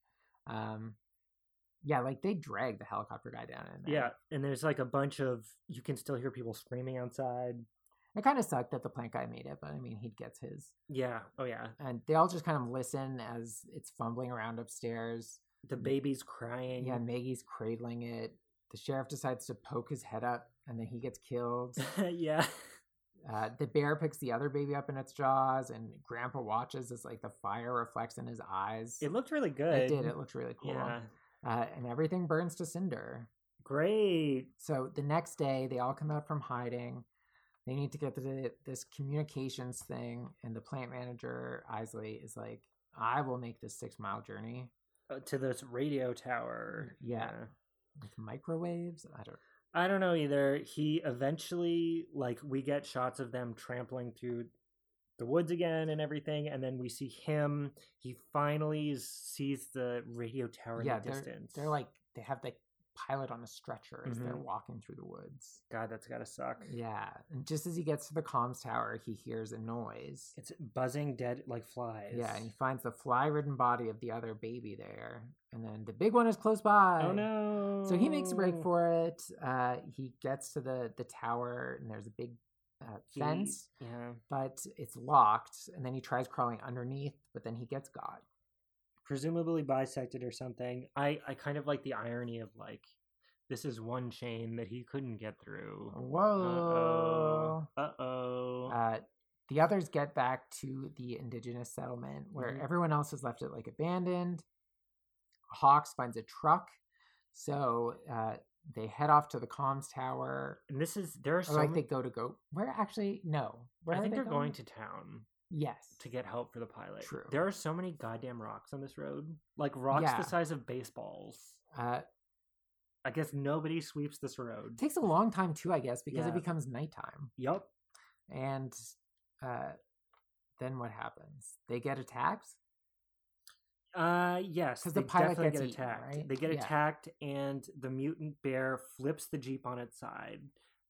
Speaker 2: Um, yeah, like they drag the helicopter guy down in there.
Speaker 3: Yeah, and there's like a bunch of you can still hear people screaming outside.
Speaker 2: it kind of sucked that the plant guy made it, but I mean, he gets his.
Speaker 3: Yeah, oh yeah.
Speaker 2: And they all just kind of listen as it's fumbling around upstairs.
Speaker 3: The baby's crying.
Speaker 2: Yeah, Maggie's cradling it. The sheriff decides to poke his head up, and then he gets killed.
Speaker 3: yeah.
Speaker 2: Uh, the bear picks the other baby up in its jaws, and Grandpa watches as like the fire reflects in his eyes.
Speaker 3: It looked really good.
Speaker 2: It did. It looked really cool.
Speaker 3: Yeah.
Speaker 2: Uh, and everything burns to cinder.
Speaker 3: Great.
Speaker 2: So the next day, they all come out from hiding. They need to get to the, this communications thing, and the plant manager Isley is like, "I will make this six mile journey
Speaker 3: Uh, to this radio tower.
Speaker 2: Yeah. with microwaves." I don't.
Speaker 3: I don't know either. He eventually, like, we get shots of them trampling through the woods again and everything, and then we see him. He finally s- sees the radio tower
Speaker 2: yeah,
Speaker 3: in the
Speaker 2: they're
Speaker 3: distance.
Speaker 2: they're like they have the pilot on a stretcher as they're
Speaker 3: Mhm.
Speaker 2: walking through the woods.
Speaker 3: God, that's gotta suck.
Speaker 2: Yeah, and just as he gets to the comms tower, he hears a noise.
Speaker 3: It's buzzing dead like flies.
Speaker 2: yeah, and he finds the fly-ridden body of the other baby there, and then the big one is close by.
Speaker 3: oh no!
Speaker 2: So he makes a break for it. Uh, he gets to the the tower, and there's a big uh,
Speaker 3: He-
Speaker 2: fence,
Speaker 3: Yeah,
Speaker 2: but it's locked. And then he tries crawling underneath, but then he gets got.
Speaker 3: presumably bisected or something. I I kind of like the irony of like, this is one chain that he couldn't get through.
Speaker 2: Oh. Whoa!
Speaker 3: Uh oh.
Speaker 2: Uh, the others get back to the indigenous settlement where
Speaker 3: Mhm.
Speaker 2: everyone else has left it like abandoned. Hawks finds a truck, so uh, they head off to the comms tower.
Speaker 3: And this is there are
Speaker 2: Or
Speaker 3: so
Speaker 2: like
Speaker 3: many-
Speaker 2: they go to go where actually no where
Speaker 3: I
Speaker 2: are
Speaker 3: think
Speaker 2: they
Speaker 3: they're
Speaker 2: going
Speaker 3: going to town
Speaker 2: yes
Speaker 3: to get help for the pilot.
Speaker 2: True.
Speaker 3: There are so many goddamn rocks on this road. Like rocks
Speaker 2: Yeah.
Speaker 3: the size of baseballs.
Speaker 2: uh,
Speaker 3: I guess nobody sweeps this road.
Speaker 2: takes a long time too, I guess, because it
Speaker 3: Yeah.
Speaker 2: becomes nighttime.
Speaker 3: Yup.
Speaker 2: And uh, then what happens? They get attacked.
Speaker 3: Uh yes,
Speaker 2: 'Cause
Speaker 3: they
Speaker 2: the pilot
Speaker 3: definitely
Speaker 2: gets
Speaker 3: get
Speaker 2: eaten,
Speaker 3: attacked.
Speaker 2: right?
Speaker 3: They get
Speaker 2: Yeah.
Speaker 3: attacked and the mutant bear flips the jeep on its side.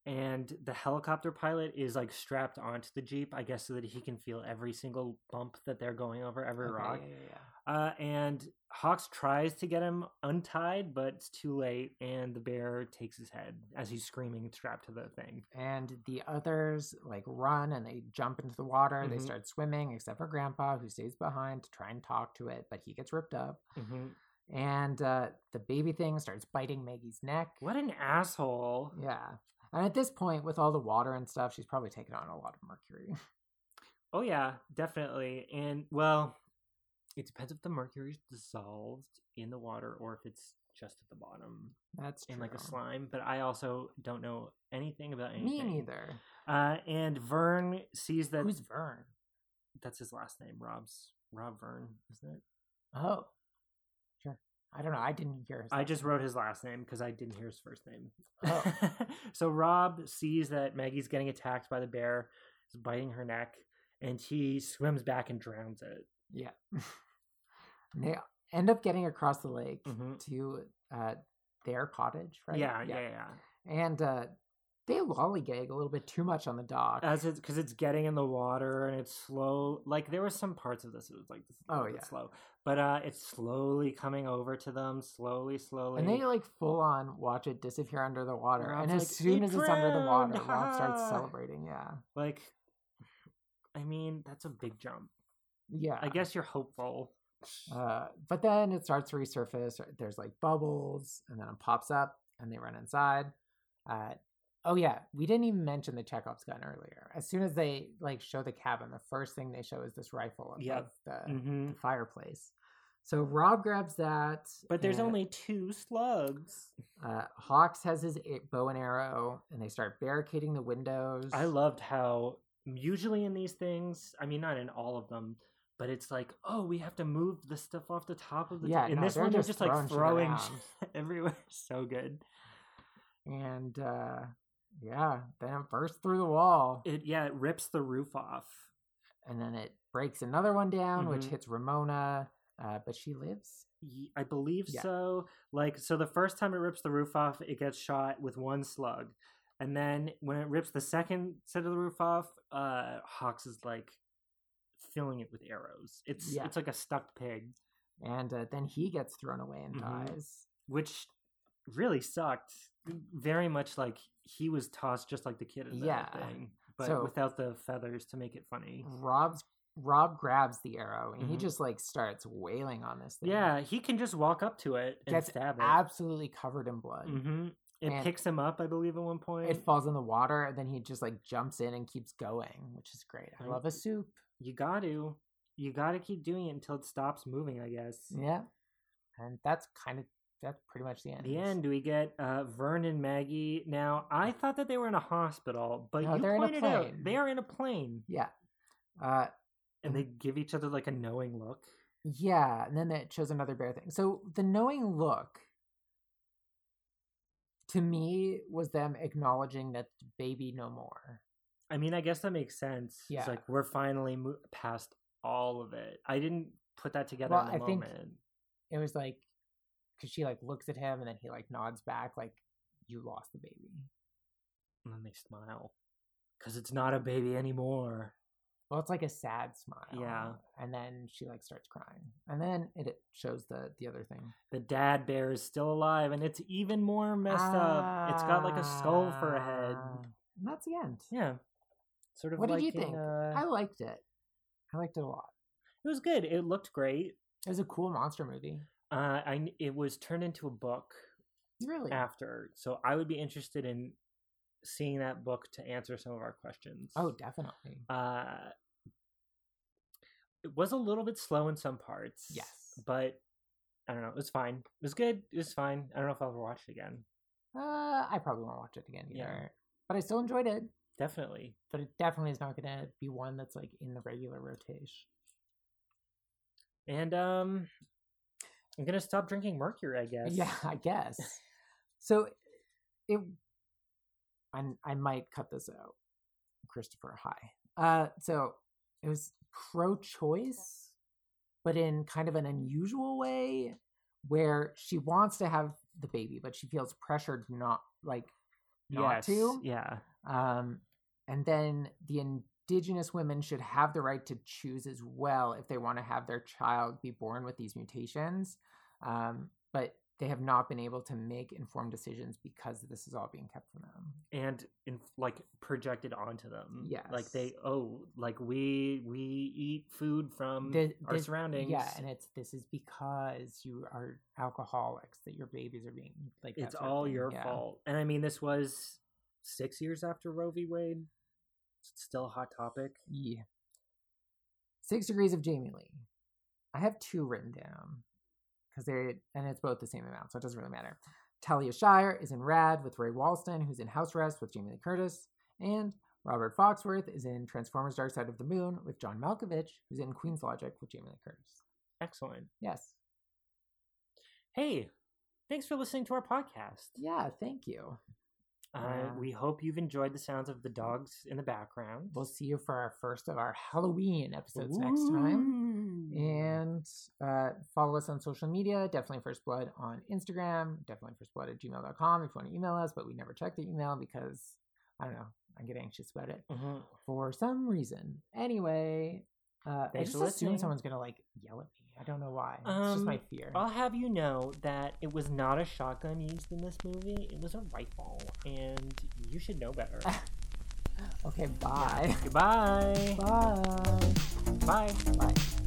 Speaker 3: And the helicopter pilot is like strapped onto the jeep, I guess, so that he can feel every single bump that they're going over, every
Speaker 2: Okay,
Speaker 3: rock.
Speaker 2: yeah, yeah, yeah.
Speaker 3: Uh, and Hawks tries to get him untied, but it's too late, and the bear takes his head as he's screaming, strapped to the thing.
Speaker 2: And the others like run and they jump into the water. They
Speaker 3: Mhm.
Speaker 2: start swimming, except for Grandpa, who stays behind to try and talk to it, but he gets ripped up. And uh, the baby thing starts biting Maggie's neck.
Speaker 3: What an asshole!
Speaker 2: Yeah. And at this point, with all the water and stuff, she's probably taken on a lot of mercury.
Speaker 3: Oh yeah, definitely. And well, it depends if the mercury's dissolved in the water or if it's just at the bottom
Speaker 2: That's true.
Speaker 3: in like a slime. But I also don't know anything about
Speaker 2: Me
Speaker 3: anything.
Speaker 2: neither.
Speaker 3: Uh, and Vern sees that
Speaker 2: Who's Vern?
Speaker 3: that's his last name, Rob's Rob Vern, isn't it?
Speaker 2: Oh, sure. I don't know. I didn't hear. His
Speaker 3: I
Speaker 2: name.
Speaker 3: just wrote his last name because I didn't hear his first name.
Speaker 2: Oh.
Speaker 3: so Rob sees that Maggie's getting attacked by the bear, it's biting her neck, and he swims back and drowns it.
Speaker 2: yeah. And they end up getting across the lake
Speaker 3: Mhm.
Speaker 2: to uh, their cottage, right?
Speaker 3: Yeah, yeah, yeah.
Speaker 2: And uh, they lollygag a little bit too much on the dock.
Speaker 3: As it's because it's getting in the water and it's slow. Like there were some parts of this it was like this is a
Speaker 2: Oh,
Speaker 3: little bit
Speaker 2: yeah.
Speaker 3: slow, but uh, it's slowly coming over to them, slowly, slowly.
Speaker 2: and they like full on watch it disappear under the water.
Speaker 3: Rob's
Speaker 2: And as
Speaker 3: like,
Speaker 2: soon
Speaker 3: "It
Speaker 2: as it's under the water,
Speaker 3: drowned,
Speaker 2: Rob starts
Speaker 3: ha!"
Speaker 2: celebrating. Yeah.
Speaker 3: like, I mean, that's a big jump.
Speaker 2: Yeah.
Speaker 3: I guess you're hopeful.
Speaker 2: Uh, but then it starts to resurface. or There's like bubbles, and then it pops up, and they run inside. Uh, oh yeah, we didn't even mention the Chekhov's gun earlier. As soon as they like show the cabin, the first thing they show is this rifle above
Speaker 3: Yep.
Speaker 2: the,
Speaker 3: hmm
Speaker 2: the fireplace. So Rob grabs that,
Speaker 3: But there's
Speaker 2: and,
Speaker 3: only two slugs.
Speaker 2: uh, Hawks has his a- bow and arrow, and they start barricading the windows.
Speaker 3: I loved how usually in these things, I mean, not in all of them, but it's like, oh, we have to move the stuff off the top of the.
Speaker 2: Yeah,
Speaker 3: Yeah, in
Speaker 2: no,
Speaker 3: this
Speaker 2: they're
Speaker 3: one, they're
Speaker 2: just
Speaker 3: just
Speaker 2: throwing
Speaker 3: like
Speaker 2: shit
Speaker 3: throwing
Speaker 2: around.
Speaker 3: shit everywhere. So good.
Speaker 2: and uh, yeah, then it bursts through the wall.
Speaker 3: It yeah, it rips the roof off.
Speaker 2: and then it breaks another one down, which
Speaker 3: Mhm.
Speaker 2: hits Ramona, uh, but she lives.
Speaker 3: Ye- I believe
Speaker 2: Yeah.
Speaker 3: so. Like so, the first time it rips the roof off, it gets shot with one slug, and then when it rips the second set of the roof off, uh, Hawks is like filling it with arrows. It's
Speaker 2: Yeah.
Speaker 3: it's like a stuck pig,
Speaker 2: And uh, then he gets thrown away and
Speaker 3: Mhm.
Speaker 2: dies.
Speaker 3: which really sucked. Very much like he was tossed, just like the kid in the
Speaker 2: Yeah.
Speaker 3: thing, but
Speaker 2: So-
Speaker 3: without the feathers to make it funny.
Speaker 2: Rob's Rob grabs the arrow and he
Speaker 3: Mhm.
Speaker 2: just like starts wailing on this thing.
Speaker 3: Yeah, he can just walk up to it and
Speaker 2: gets
Speaker 3: stab it.
Speaker 2: absolutely covered in blood.
Speaker 3: hmm It
Speaker 2: And-
Speaker 3: picks him up, I believe, at one point.
Speaker 2: It falls in the water and then he just like jumps in and keeps going, which is great. I
Speaker 3: Right.
Speaker 2: love a soup.
Speaker 3: you got to, you got to keep doing it until it stops moving. I guess.
Speaker 2: Yeah, and that's kind of that's pretty much the end.
Speaker 3: The end. We get uh, Vern and Maggie. Now, I thought that they were in a hospital, but
Speaker 2: No,
Speaker 3: you
Speaker 2: they're in a
Speaker 3: pointed out
Speaker 2: plane.
Speaker 3: they are in a plane,
Speaker 2: Yeah. Uh,
Speaker 3: and they give each other like a knowing look.
Speaker 2: Yeah, and then it shows another bear thing. So the knowing look to me was them acknowledging that the baby no more.
Speaker 3: I mean, I guess that makes sense.
Speaker 2: Yeah.
Speaker 3: It's like we're finally mo- past all of it. I didn't put that together
Speaker 2: Well,
Speaker 3: in the
Speaker 2: I think-
Speaker 3: moment.
Speaker 2: It was like because she like looks at him and then he like nods back like you lost the baby.
Speaker 3: And then they smile because it's not a baby anymore.
Speaker 2: Well, it's like a sad smile.
Speaker 3: Yeah.
Speaker 2: and then she like starts crying, and then it it shows the the other thing.
Speaker 3: The dad bear is still alive, and it's even more messed up. It's got like a skull for a head.
Speaker 2: Ah, And that's the end.
Speaker 3: Yeah. Sort of.
Speaker 2: What did
Speaker 3: like
Speaker 2: you
Speaker 3: in,
Speaker 2: think?
Speaker 3: uh,
Speaker 2: I liked it. I liked it a lot.
Speaker 3: It was good. It looked great.
Speaker 2: It was a cool monster movie.
Speaker 3: Uh, I kn- it was turned into a book
Speaker 2: Really?
Speaker 3: after, so I would be interested in seeing that book to answer some of our questions.
Speaker 2: Oh, definitely.
Speaker 3: uh, it was a little bit slow in some parts.
Speaker 2: Yes.
Speaker 3: but I don't know. It was fine. It was good. It was fine. I don't know if I'll ever watch it again.
Speaker 2: Uh, I probably won't watch it again either.
Speaker 3: Yeah.
Speaker 2: But I still enjoyed it.
Speaker 3: Definitely.
Speaker 2: But it definitely is not going to be one that's like in the regular rotation.
Speaker 3: And um, I'm gonna stop drinking mercury. I guess.
Speaker 2: Yeah, I guess. So it, I I might cut this out. Christopher, hi. Uh, so it was pro-choice, but in kind of an unusual way, where she wants to have the baby, but she feels pressured not like not
Speaker 3: Yes.
Speaker 2: to.
Speaker 3: Yeah.
Speaker 2: Um, and then the indigenous women should have the right to choose as well if they want to have their child be born with these mutations. Um, but they have not been able to make informed decisions because this is all being kept from them.
Speaker 3: and in, like projected onto them. like
Speaker 2: Yes.
Speaker 3: they oh, like we we eat food from
Speaker 2: The-
Speaker 3: our
Speaker 2: this-
Speaker 3: surroundings.
Speaker 2: Yeah, and it's this is because you are alcoholics that your babies are being like that
Speaker 3: it's
Speaker 2: sort of
Speaker 3: all
Speaker 2: thing.
Speaker 3: your
Speaker 2: Yeah.
Speaker 3: fault. And I mean, this was six years after Roe v. Wade. It's still a hot topic.
Speaker 2: Yeah. Six degrees of Jamie Lee. I have two written down because they're and it's both the same amount, so it doesn't really matter. Talia Shire is in Rad with Ray Walston, who's in House Arrest with Jamie Lee Curtis, and Robert Foxworth is in Transformers: Dark Side of the Moon with John Malkovich, who's in Queen's Logic with Jamie Lee Curtis.
Speaker 3: Excellent.
Speaker 2: Yes,
Speaker 3: Hey, thanks for listening to our podcast.
Speaker 2: yeah, thank you.
Speaker 3: Uh,
Speaker 2: Wow.
Speaker 3: we hope you've enjoyed the sounds of the dogs in the background.
Speaker 2: We'll see you for our first of our Halloween episodes next time.
Speaker 3: Mm-hmm.
Speaker 2: And uh, follow us on social media, Definitely First Blood on Instagram, Definitely First Blood at gmail.com if you want to email us, but we never check the email because I don't know, I get anxious about it
Speaker 3: Mhm.
Speaker 2: for some reason. Anyway, uh, I
Speaker 3: Thanks
Speaker 2: just assume
Speaker 3: for listening.
Speaker 2: someone's going to like yell at me. I don't know why. it's just my
Speaker 3: Um,
Speaker 2: fear.
Speaker 3: I'll have you know that it was not a shotgun used in this movie. It was a rifle, and you should know better.
Speaker 2: okay, bye.
Speaker 3: Goodbye.
Speaker 2: Bye.
Speaker 3: Bye.
Speaker 2: Bye.